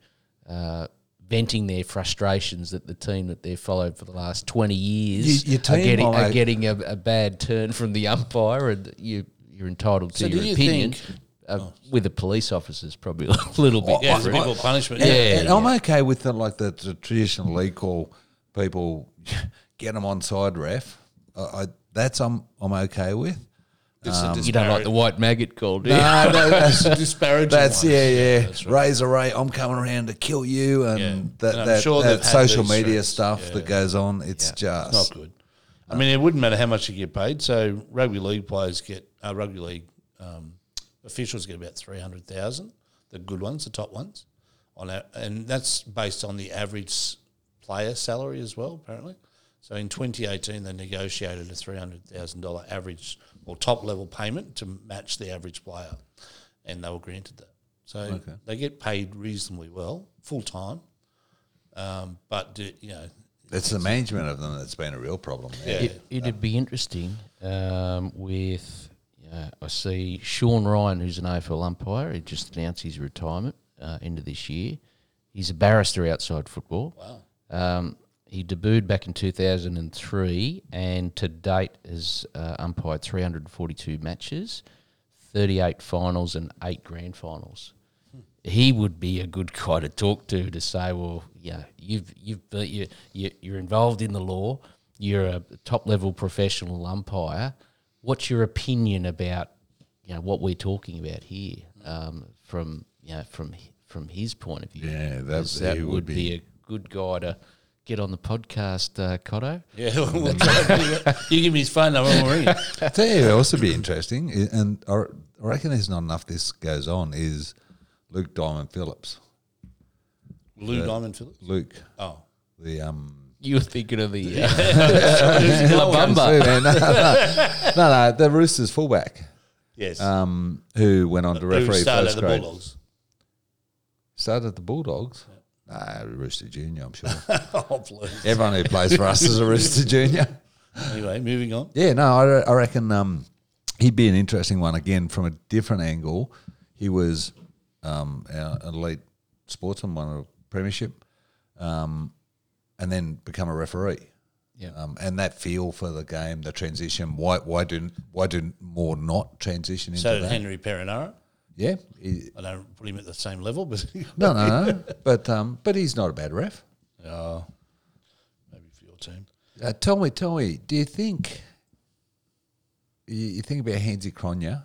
C: uh, venting their frustrations that the team that they've followed for the last twenty years
D: Y- your
C: are
D: team
C: getting, are
D: might-
C: getting a, a bad turn from the umpire, and you you're entitled to
B: So do
C: your
B: you
C: opinion.
B: think-
C: uh, With the police officers, probably a little bit.
B: Yeah, it's
C: different.
B: equal punishment.
D: And,
C: Yeah.
D: and I'm okay with the, like the, the traditional league call. People get them on side ref. I, I, that's I'm I'm okay with.
B: It's
D: Um,
B: a
C: You don't like
B: disparage-
C: the white maggot call, do you?
D: No, no, that's
B: disparaging.
D: That's
B: one.
D: yeah, yeah. Razor Ray, I'm coming around to kill you, and
B: Yeah.
D: that,
B: And I'm
D: that,
B: sure they've
D: that
B: had
D: social
B: these
D: media
B: threats.
D: stuff that goes on. It's
B: not
D: just
B: good. I mean, it wouldn't matter how much you get paid. So rugby league players get uh, rugby league um, officials get about three hundred thousand. The good ones, the top ones, on a, and that's based on the average s- player salary as well. Apparently, so in twenty eighteen they negotiated a three hundred thousand dollar average or top level payment to match the average player, and they were granted that. So they get paid reasonably well, full time. Um, but do, you know,
D: it's the management of them that's been a real problem. there.
B: yeah.
C: It, it'd be interesting um, with. Uh, I see Sean Ryan, who's an AFL umpire, he just announced his retirement uh, end of this year. He's a barrister outside football. Wow. Um, he debuted back in 2003 and to date has uh, umpired 342 matches, 38 finals, and eight grand finals he would be a good guy to talk to to say, well, yeah, you've you've been, you, you you're involved in the law, you're a top level professional umpire. What's your opinion about you know what we're talking about here um, from you know from from his point of view?
D: Yeah, that-
C: 'Cause
D: he would
C: would
D: be-
C: be a good guy to get on the podcast, uh, Cotto.
B: Yeah, we'll we'll try and do that. you give me his phone number, we'll ring him.
D: I tell you, it also be interesting, i- and I re- I reckon there's not enough. This goes on is Luke Diamond Phillips,
B: Lou Diamond Phillips.
D: Luke,
B: Oh,
D: the um.
E: You're thinking of the. Uh,
D: Sorry, man. no, no, no, no, the Roosters fullback,
B: yes.
D: um, who went on to
B: Who
D: referee
B: started
D: first
B: the
D: grade.
B: Bulldogs?
D: Started at the Bulldogs. Nah, Rooster Junior, I'm sure.
B: Oh, please.
D: Everyone who plays for us is a Rooster Junior.
B: Anyway, moving on.
D: Yeah, no, I, re- I reckon um, he'd be an interesting one again from a different angle. He was um, our elite sportsman, won a premiership, um, and then become a referee. Yeah, um, and that feel for the game, the transition. Why, why didn't, why didn't more not transition into
B: So did
D: that?
B: Henry Perinara.
D: Yeah, he-
B: I don't put him at the same level, but
D: no, no, no. but um, but he's not a bad ref.
B: Oh, maybe for your team.
D: Uh, tell me, tell me, do you think you, you think about Hansi Cronje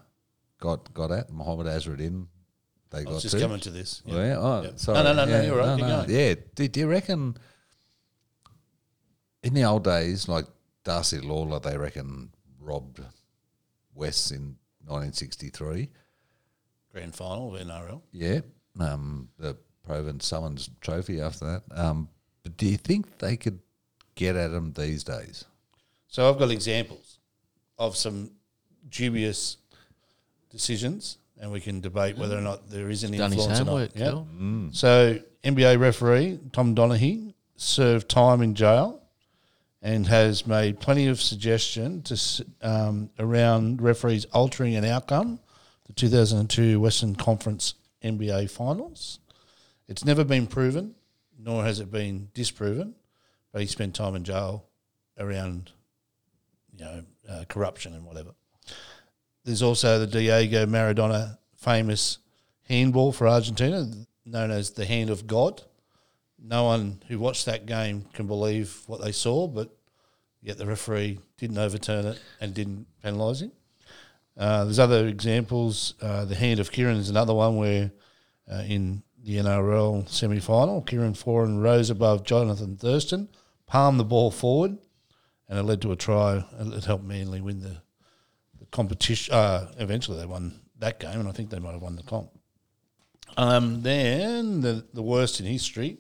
D: got got at Mohamed Azruddin? They
B: I
D: got
B: was just
D: to.
B: coming to this.
D: Oh, yeah. Oh,
B: Yep.
D: sorry.
B: No, no, no, no,
D: Yeah,
B: you're right, keep going.
D: Yeah. Do, do you reckon in the old days, like Darcy Lawler, they reckon robbed West in 1963?
B: Grand final of NRL.
D: Yeah. Um, the Proven Summons Trophy after that. Um, but do you think they could get at him these days?
B: So I've got examples of some dubious decisions, and we can debate whether or not there is an
E: Done his
B: influence or
E: homework,
B: not. Yeah.
E: Kel.
B: So NBA referee Tom Donaghy served time in jail and has made plenty of suggestion to s- um, around referees altering an outcome, the 2002 Western Conference NBA Finals. It's never been proven, nor has it been disproven, but he spent time in jail around, you know, uh, corruption and whatever. There's also the Diego Maradona famous handball for Argentina, known as the hand of God. No one who watched that game can believe what they saw, but yet the referee didn't overturn it and didn't penalise him. Uh, there's other examples. Uh, the hand of Kieran is another one where uh, in the NRL semi final, Kieran Foran rose above Jonathan Thurston, palmed the ball forward, and it led to a try. and It helped Manly win the competition. Uh, eventually, they won that game, and I think they might have won the comp. Um, then the the worst in history,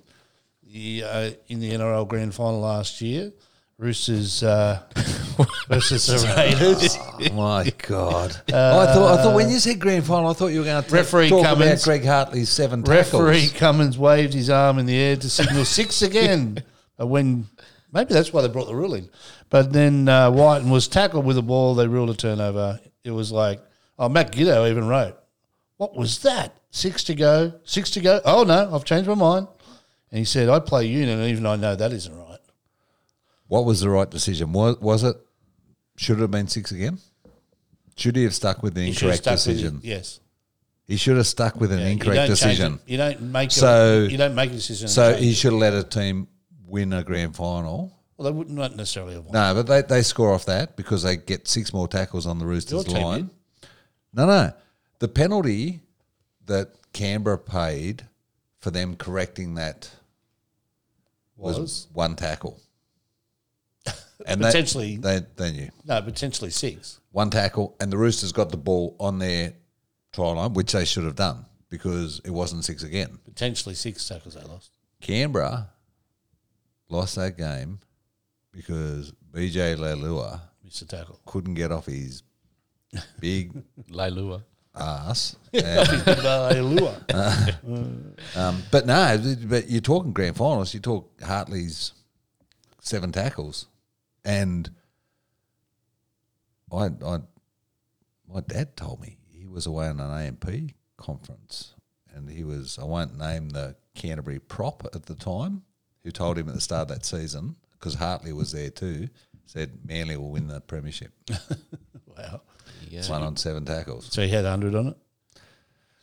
B: the, uh, in the NRL Grand Final last year, Roosters uh, versus the Raiders.
D: My God! I thought I thought when you said grand final, I thought you were going to
B: Uh, Referee
D: talk
B: Cummins.
D: about Greg Hartley's seven tackles.
B: Referee Cummins waved his arm in the air to signal six again. But when maybe that's why they brought the rule in. But then uh, Whiten was tackled with a ball. They ruled a turnover. It was like oh Matt Giddo even wrote, "What was that? Six to go. Six to go. Oh no, I've changed my mind." And he said, "I play union, and even I know that isn't right."
D: What was the right decision? Was was it? Should it have been six again? Should he have stuck with an
B: He should have
D: incorrect
B: stuck with it.
D: decision?
B: yes,
D: He should have stuck with an
B: Yeah, you don't
D: incorrect
B: change
D: decision.
B: it. You don't make
D: So-
B: it, you don't make a decision. and
D: So
B: change
D: he
B: it.
D: should have let a team win a grand final.
B: well, they wouldn't not necessarily have won.
D: No, but they, they score off that because they get six more tackles on the
B: Your
D: Roosters
B: team
D: line. No, no. The penalty that Canberra paid for them correcting that was,
B: Was?
D: one tackle. And
B: Potentially.
D: They, they knew.
B: No, potentially six.
D: One tackle, and the Roosters got the ball on their try line, which they should have done because it wasn't six again.
B: Potentially six tackles they lost.
D: Canberra lost that game because BJ Lelua
B: Missed a tackle.
D: couldn't get off his big
C: Leilua.
D: ass. And,
B: Leilua.
D: um, but no, but you're talking grand finals. You talk Hartley's seven tackles, and I, I, my dad told me he was away on an AMP conference, and he was I won't name the Canterbury prop at the time who told him at the start of that season because Hartley was there too. Said Manly will win the premiership.
B: wow.
E: Yeah.
D: One on seven tackles.
B: So he had 100 on it.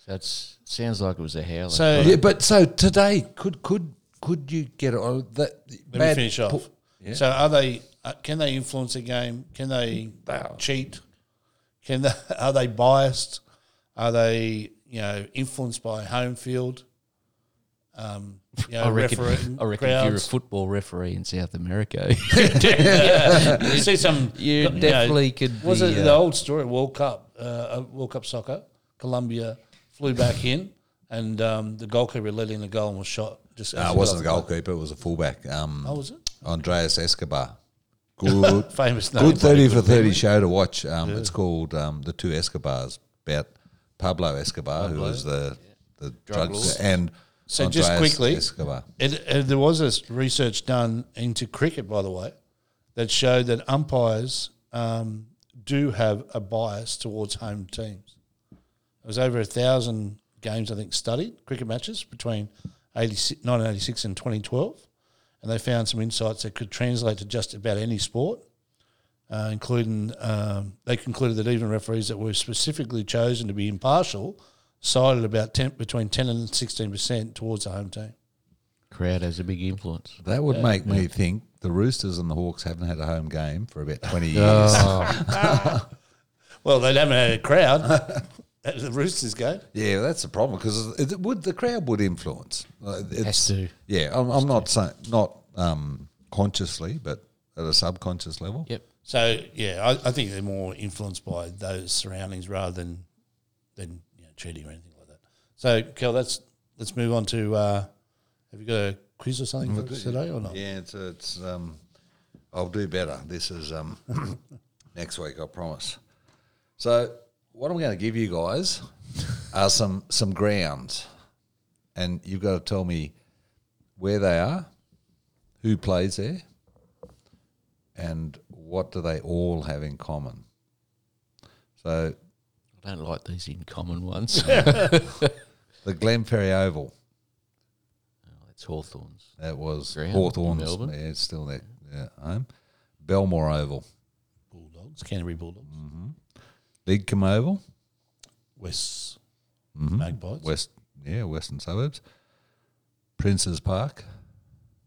E: That's sounds like it was a howler.
B: So
D: Yeah, but so today could could could you get it? oh, That
B: let me finish off. So are they? Uh, can they influence the game? Can they cheat? Can they, are they biased? Are they you know influenced by home field? Um, you know,
E: I reckon,
B: referee-
E: I reckon if you're a
B: crowds?
E: football referee in South America,
B: you see some.
E: you
B: know,
E: definitely could
B: Was
E: be,
B: it
E: uh,
B: the old story? at World Cup, uh, uh, World Cup soccer. Colombia flew back in, and um, the goalkeeper let in a goal and was shot. Just
D: No, it wasn't the goalkeeper. It was a fullback. Um,
B: Oh, was it?
D: Andreas Escobar. Good,
B: Famous name.
D: good thirty for thirty show to watch. Um, It's called um, the two Escobars about Pablo Escobar, who was the the drug
E: lord.
D: and
B: So just
D: Andreas
B: quickly-
D: Escobar.
B: It, it, there was this research done into cricket, by the way, that showed that umpires um, do have a bias towards home teams. There was over a thousand games, I think, studied cricket matches between 86, 1986 and 2012, and they found some insights that could translate to just about any sport. Uh, including, um, they concluded that even referees that were specifically chosen to be impartial sided about 10, between 10 and 16% towards the home team.
E: Crowd has a big influence.
D: That would make me think the Roosters and the Hawks haven't had a home game for about 20 years.
B: Well, they haven't had a crowd at the Roosters game.
D: Yeah, that's the problem because it it would the crowd would influence. Uh, It's,
C: to.
D: Yeah, I'm, I'm not saying not um, consciously, but at a subconscious level.
C: Yep.
B: So, yeah, I, I think they're more influenced by those surroundings rather than than you know, cheating or anything like that. So, Kel, that's, let's move on to uh, have you got a quiz or something for us today or not?
D: Yeah, it's, it's um, I'll do better. This is um, next week, I promise. So, what I'm going to give you guys are some some grounds, and you've got to tell me where they are, who plays there, and what do they all have in common. So,
E: I don't like these in common ones.
D: the Glenferrie Oval.
E: it's Hawthorns.
D: That was
E: Ground,
D: Hawthorns.
E: Melbourne.
D: Yeah, it's still there. Yeah, home. Belmore Oval.
B: Bulldogs, Canterbury Bulldogs,
D: Lidcombe Oval.
B: West Magpies,
D: Mm-hmm. West, yeah, Western suburbs. Prince's Park.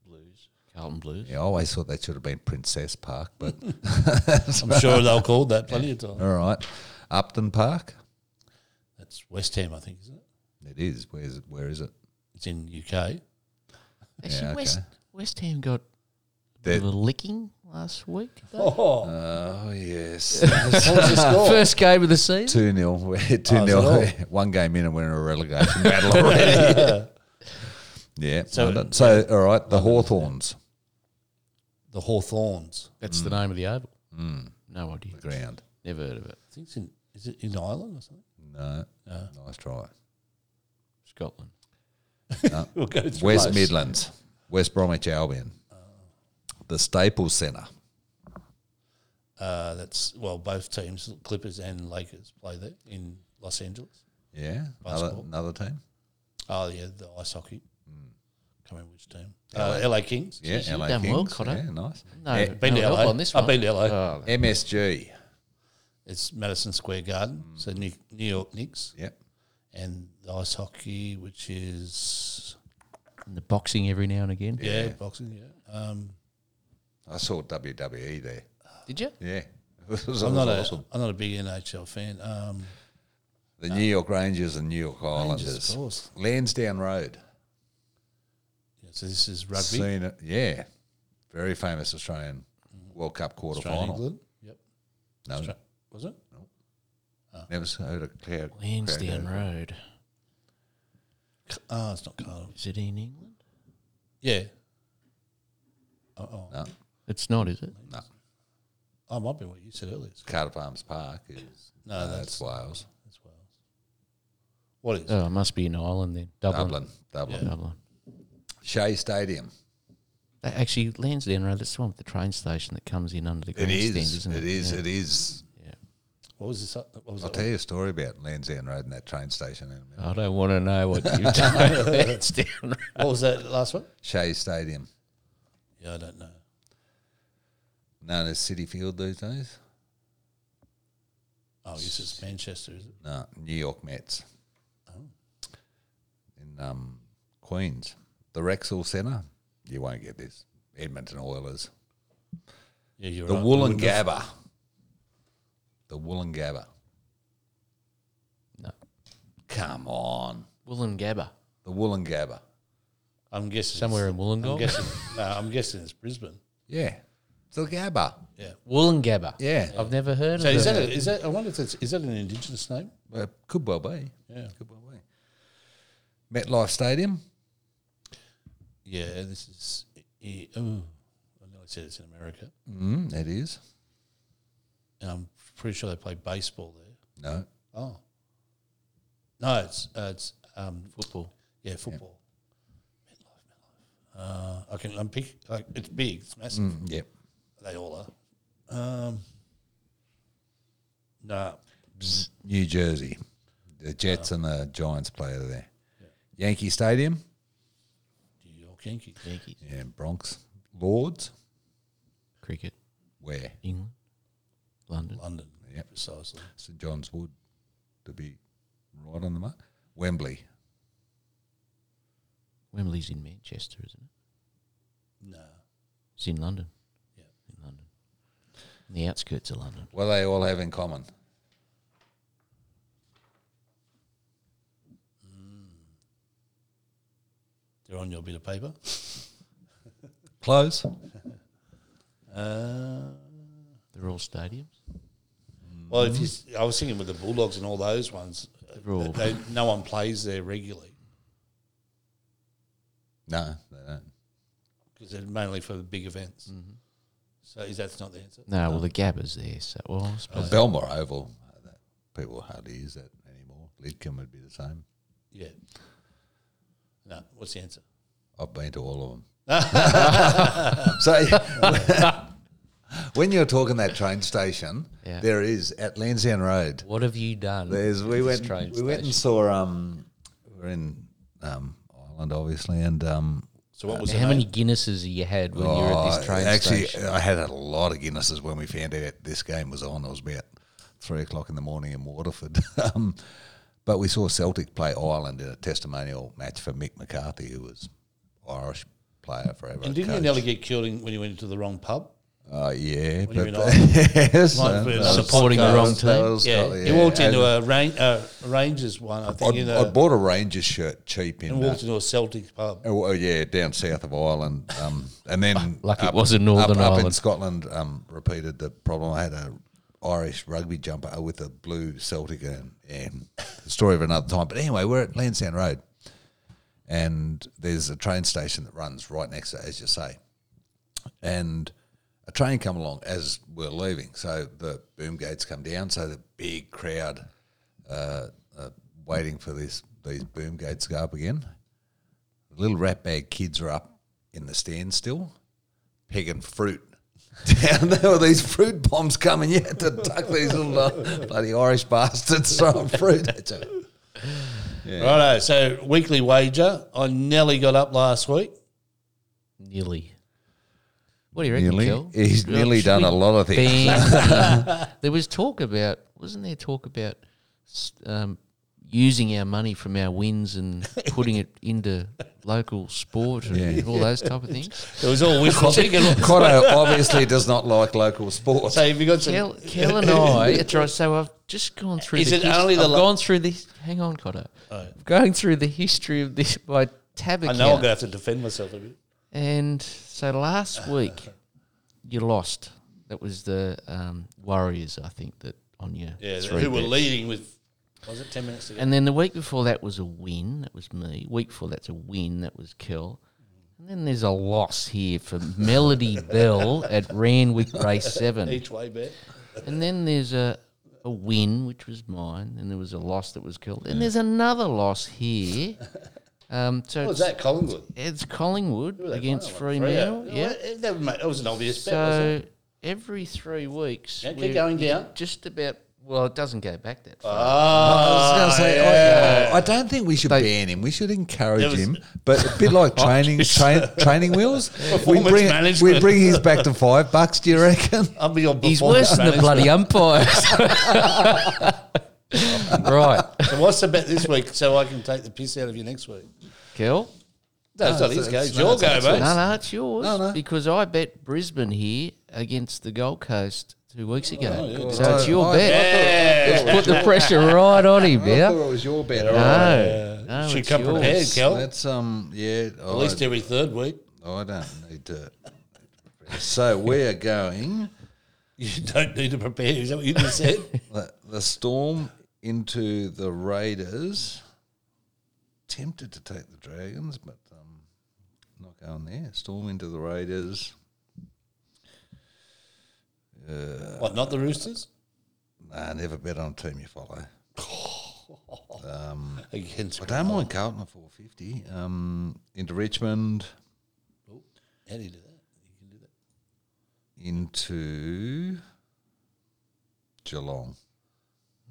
E: Blues. Carlton Blues.
D: Yeah, I always thought that should have been Princess Park, but
B: I'm sure they'll call that plenty of times.
D: all right. Upton Park.
B: That's West Ham, I think, isn't it?
D: It is. Where's it? Where is it?
B: It's in UK.
E: Actually,
D: Yeah,
E: West,
D: okay.
E: West Ham got
D: They-
E: a licking last week.
B: Oh,
D: Oh yes,
B: what was the score?
E: First game of the season.
D: two 0 two
B: it all?
D: 0 One game in, and we're in a relegation battle already. yeah.
B: So-
D: So, so all right. The Hawthorns
B: The Hawthorns.
C: That's the name of the oval.
D: Hmm.
C: No idea.
D: ground.
C: Never heard of it.
B: I think it's in, is it in Ireland or something?
D: No, nice try.
C: Scotland.
B: We'll go through
D: Uh, West
B: those.
D: Midlands, West Bromwich Albion, the Staples Centre.
B: Uh, that's, well, both teams, Clippers and Lakers, play there in Los Angeles.
D: Yeah, another,
B: Basketball.
D: another team.
B: Oh, yeah, the ice hockey. Can't remember which team. Uh, LA Kings.
D: Hmm. Yeah,
E: Jeez, you've
D: LA
E: done
D: Kings.
E: well, Cotto.
D: Yeah, nice.
E: No,
D: Yeah,
B: Been
E: no
B: to
E: help
B: LA.
E: on this one.
B: I've been to LA.
E: Oh,
D: MSG.
B: It's Madison Square Garden,
D: Hmm.
B: so New, New York Knicks.
D: Yep.
B: And the ice hockey, which is,
E: And the boxing every now and again.
B: yeah, boxing, yeah. Um,
D: I saw WWE there.
E: Did you?
D: Yeah. It was,
B: I'm,
D: it was
B: not
D: awesome.
B: a, I'm not a big NHL fan. Um,
D: the New York Rangers and New York Islanders.
B: Rangers, of course.
D: Lansdowne Road.
B: yeah, so this is rugby.
D: Seen it. Yeah. Very famous Australian World Cup quarter
B: Australia,
D: final. Um,
B: England. Yep.
D: No,
B: Stra- Was it?
D: never heard of clear.
E: Lansdowne Road.
B: Oh, it's not Cardiff.
E: Is it in England?
B: Yeah. Oh, oh.
D: No,
E: It's not, is it?
D: no.
B: oh, it might be what you said earlier. It's-
D: Cardiff Arms Park is.
B: No,
D: uh,
B: that's-
D: that's Wales.
B: That's Wales. What is?
E: Oh, it must be in Ireland then. Dublin.
D: Dublin. Dublin.
E: Dublin.
D: Shea Stadium.
E: That Actually, Lansdowne Road, that's the one with the train station that comes in under the
D: It
E: grandstand,
D: is,
E: isn't it?
D: It is. It is.
B: what was this? What was
D: I'll
B: that?
D: tell you a story about Lansdowne Road and that train station. in a minute.
E: I don't want to know what you've done. with Lansdowne Road.
B: What was that last one?
D: Shea Stadium,
B: Yeah, I don't know.
D: known as City Field these days.
B: Oh, yes, it's Manchester, is it?
D: No, New York Mets. In um, Queens, the Rexall Centre. You won't get this. Edmonton Oilers.
B: Yeah, you're
D: The
B: right.
D: Wollongabba. The Wollongabba.
E: No.
D: Come on.
E: Wollongabba.
D: The Wollongabba.
B: I'm guessing
E: Somewhere in
B: it's- I'm
E: Wollongong.
B: guessing. no, I'm guessing it's Brisbane.
D: Yeah. The Gabba.
B: Yeah.
E: Wollongabba.
D: Yeah.
E: I've never heard
B: So
E: of
B: is
E: it.
B: that? A, is that? I wonder if that's. Is that an indigenous name?
D: Uh, could well be.
B: Yeah.
D: Could well be. MetLife Stadium.
B: Yeah. This is. eh, Oh, I nearly said it's in America.
D: Mm, it is.
B: And I'm pretty sure they play baseball there.
D: No.
B: Oh. No, it's uh, it's um,
E: Football.
B: yeah football. MetLife, MetLife. Uh, I can I'm pick. Like, it's big. It's massive.
C: Mm.
D: Mm, Yep.
B: They all are. Um, no,
D: New Jersey. The Jets and the Giants play over there. Yankee Stadium.
B: New York Yankees.
E: Yankees.
D: Yeah, Bronx. Lords.
E: Cricket.
D: Where?
E: England. London.
B: London,
D: Yep.
B: precisely.
D: St John's Wood. To be right on the mark. Wembley.
C: Wembley's in Manchester, isn't it?
B: No.
C: It's in London. Yeah, in London, in the outskirts of London.
D: What do they all have in common?
B: They're on your bit of paper.
D: Clothes.
B: Uh,
C: They're all stadiums. Mm.
B: well, if you, s- I was thinking with the Bulldogs and all those ones, uh,
C: They're all-
B: they, no one plays there regularly
D: No, they don't.
B: because they're mainly for the big events.
C: Mm-hmm.
B: So is that's not the answer?
C: Mm. No, well the Gabba's there, so well, I suppose
D: Belmore Oval. uh, that- People hardly use that anymore. Lidcombe would be the same.
B: Yeah. No. What's the answer?
D: I've been to all of them. so when you're talking that train station,
C: Yeah.
D: there is at Lansdowne Road.
C: what have you done?
D: There's we
C: at
D: went
C: this train
D: we went and
C: station?
D: saw um we we're in um Ireland obviously and um
B: So what was
C: How
B: the
C: many
B: name?
C: Guinnesses you had when you were at
D: I-
C: this train
D: Oh, actually
C: station?
D: I had a lot of Guinnesses when we found out this game was on. It was about three o'clock in the morning in Waterford. um, but we saw Celtic play Ireland in a testimonial match for Mick McCarthy, who was Irish player forever.
B: And didn't you
D: coach.
B: nearly get killed in, when you went into the wrong pub?
D: Uh, yeah,
B: What do you
D: but
B: mean Ireland?
D: yes,
B: Might
D: uh,
B: be
D: that
B: another
D: was-
C: Supporting the
D: that
C: wrong
D: was- that
C: team?
D: was-
B: Yeah, you
D: yeah.
B: walked into
D: And
B: a, Ran- uh, Rangers one, I think,
D: I'd-
B: in
D: I'd
B: a,
D: bought a Rangers shirt cheap in
B: and
D: uh,
B: walked into a Celtic pub.
D: Oh well, yeah, down south of Ireland, um, and then
C: Lucky it wasn't Northern
D: up, Up in
C: Ireland.
D: Scotland, um, repeated the problem. I had a Irish rugby jumper with a blue Celtic, and, and story of another time. But anyway, we're at Lansdowne Road, and there's a train station that runs right next to, it, as you say, and a train come along as we're leaving. So the boom gates come down, so the big crowd uh, uh, waiting for this these boom gates to go up again. The little ratbag kids are up in the stand still, pegging fruit. Down there were these fruit bombs coming. You had to duck these little uh, bloody Irish bastards throwing fruit at you.
B: Righto. So weekly wager. I nearly got up last week.
C: Nearly. What do you reckon, Kel?
D: he's
C: Should
D: nearly
C: we
D: done a lot of things.
C: ban the- there was talk about, wasn't there talk about s- um, using our money from our wins and putting it into local sport and all those type of things?
B: It was all wishful thinking.
D: Cotto obviously does not like local sports.
B: So have you got some?
C: Kel, Kel and I, that's right, so I've just gone through
B: Is
C: the
B: it
C: his-
B: only the
C: I've
B: lo- Oh.
C: gone through the, hang on, Cotto. Going through the history of this, my tab
B: I
C: account.
B: know I'm going to have to defend myself a bit.
C: And so last week, you lost. That was the um, Warriors, I think, that on your
B: Yeah,
C: three
B: who were
C: bets.
B: leading with? Was it ten minutes ago?
C: And then the week before that was a win. That was me. Week before that's a win. That was Kill. And then there's a loss here for Melody Bell at Randwick Race Seven.
B: Each way bet.
C: And then there's a a win which was mine, and there was a loss that was killed. And there's another loss here. Um, so
B: What was
C: it's-
B: that Collingwood
C: It's Collingwood
B: They
C: against
B: won, like,
C: Fremantle.
B: three
C: Yeah.
B: out. Well, that, was, mate, that was an obvious bet. wasn't it?
C: So every three weeks,
B: Yeah, keep
C: we're
B: going down.
C: Just about. Well, it doesn't go back that far.
B: Ah,
D: I was going to say,
C: oh,
B: yeah.
D: I, I don't think we should
C: They-
D: ban him. We should encourage
B: There was-
D: him, but a bit like training train, training wheels. We
B: Performance
D: bring,
B: management.
D: we bring his back to five bucks. Do you reckon?
B: I'll be on
C: He's worse than the bloody umpires. right,
B: So what's the bet this week? So I can take the piss out of you next week.
C: Kel.
B: No, it's not
D: it's-
B: his go.
D: it's-
B: It's
D: no,
B: your
D: it's-
B: go,
D: it's-
B: mate.
C: No, no, it's yours.
D: No, no.
C: Because I bet Brisbane here against the Gold Coast two weeks ago.
B: Oh, yeah.
C: so it's your
D: I-
C: bet.
B: Yeah.
C: Put the pressure right on him,
D: I
C: yeah.
D: thought it was your bet.
C: No, no,
B: Should
C: it's
B: come
C: yours.
B: prepared, Kel. At
D: That's um yeah. I,
B: least every third week.
D: I don't need to. So we are going
B: You don't need to prepare. Is that what you just said?
D: the, the storm into the Raiders. Tempted to take the Dragons, but um, not going there. Storm into the Raiders.
B: what? Not the Roosters
D: Nah, never bet on a team you follow.
B: against.
D: I don't mind Carlton at 450. Um, into Richmond,
B: How do you do that?
D: into Geelong.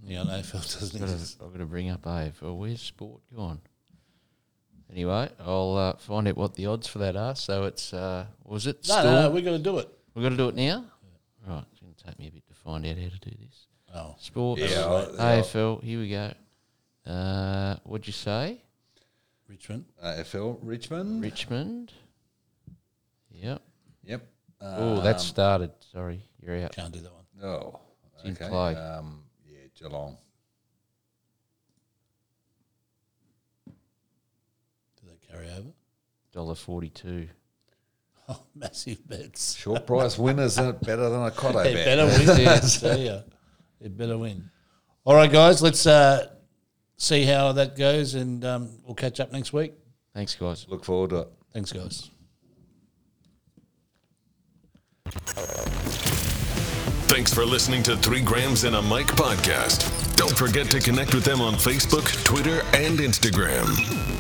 B: Yeah, I know Phil doesn't
C: Gotta-
B: exist.
C: I've got to bring up Ave. Oh, where's sport gone? Anyway, I'll uh, find out what the odds for that are. So it's, uh, was it?
B: No,
C: Storm?
B: no, no, we're going to do it.
C: We've got to do it now? Right, it's going to take me a bit to find out how to do this.
B: Oh,
C: Sport,
D: Yeah, I-
C: AFL, here we go. Uh, what'd you say?
B: Richmond.
D: AFL Richmond.
C: Richmond. Yep.
D: Yep. Uh,
C: Oh,
B: Um,
C: that started. Sorry, you're out.
B: Can't do that one.
D: Oh,
C: in play.
D: Um, yeah, Geelong.
B: Do they carry over?
C: Dollar forty-two.
B: Oh, massive bets.
D: Short price winners are better than a Cotto
B: They
D: bet.
B: better win. yeah, see ya. They better win. All right, guys, let's uh, see how that goes, and um, we'll catch up next week.
C: Thanks, guys.
D: Look forward to it.
B: Thanks, guys.
A: Thanks for listening to Three Grams and a Mic podcast. Don't forget to connect with them on Facebook, Twitter, and Instagram.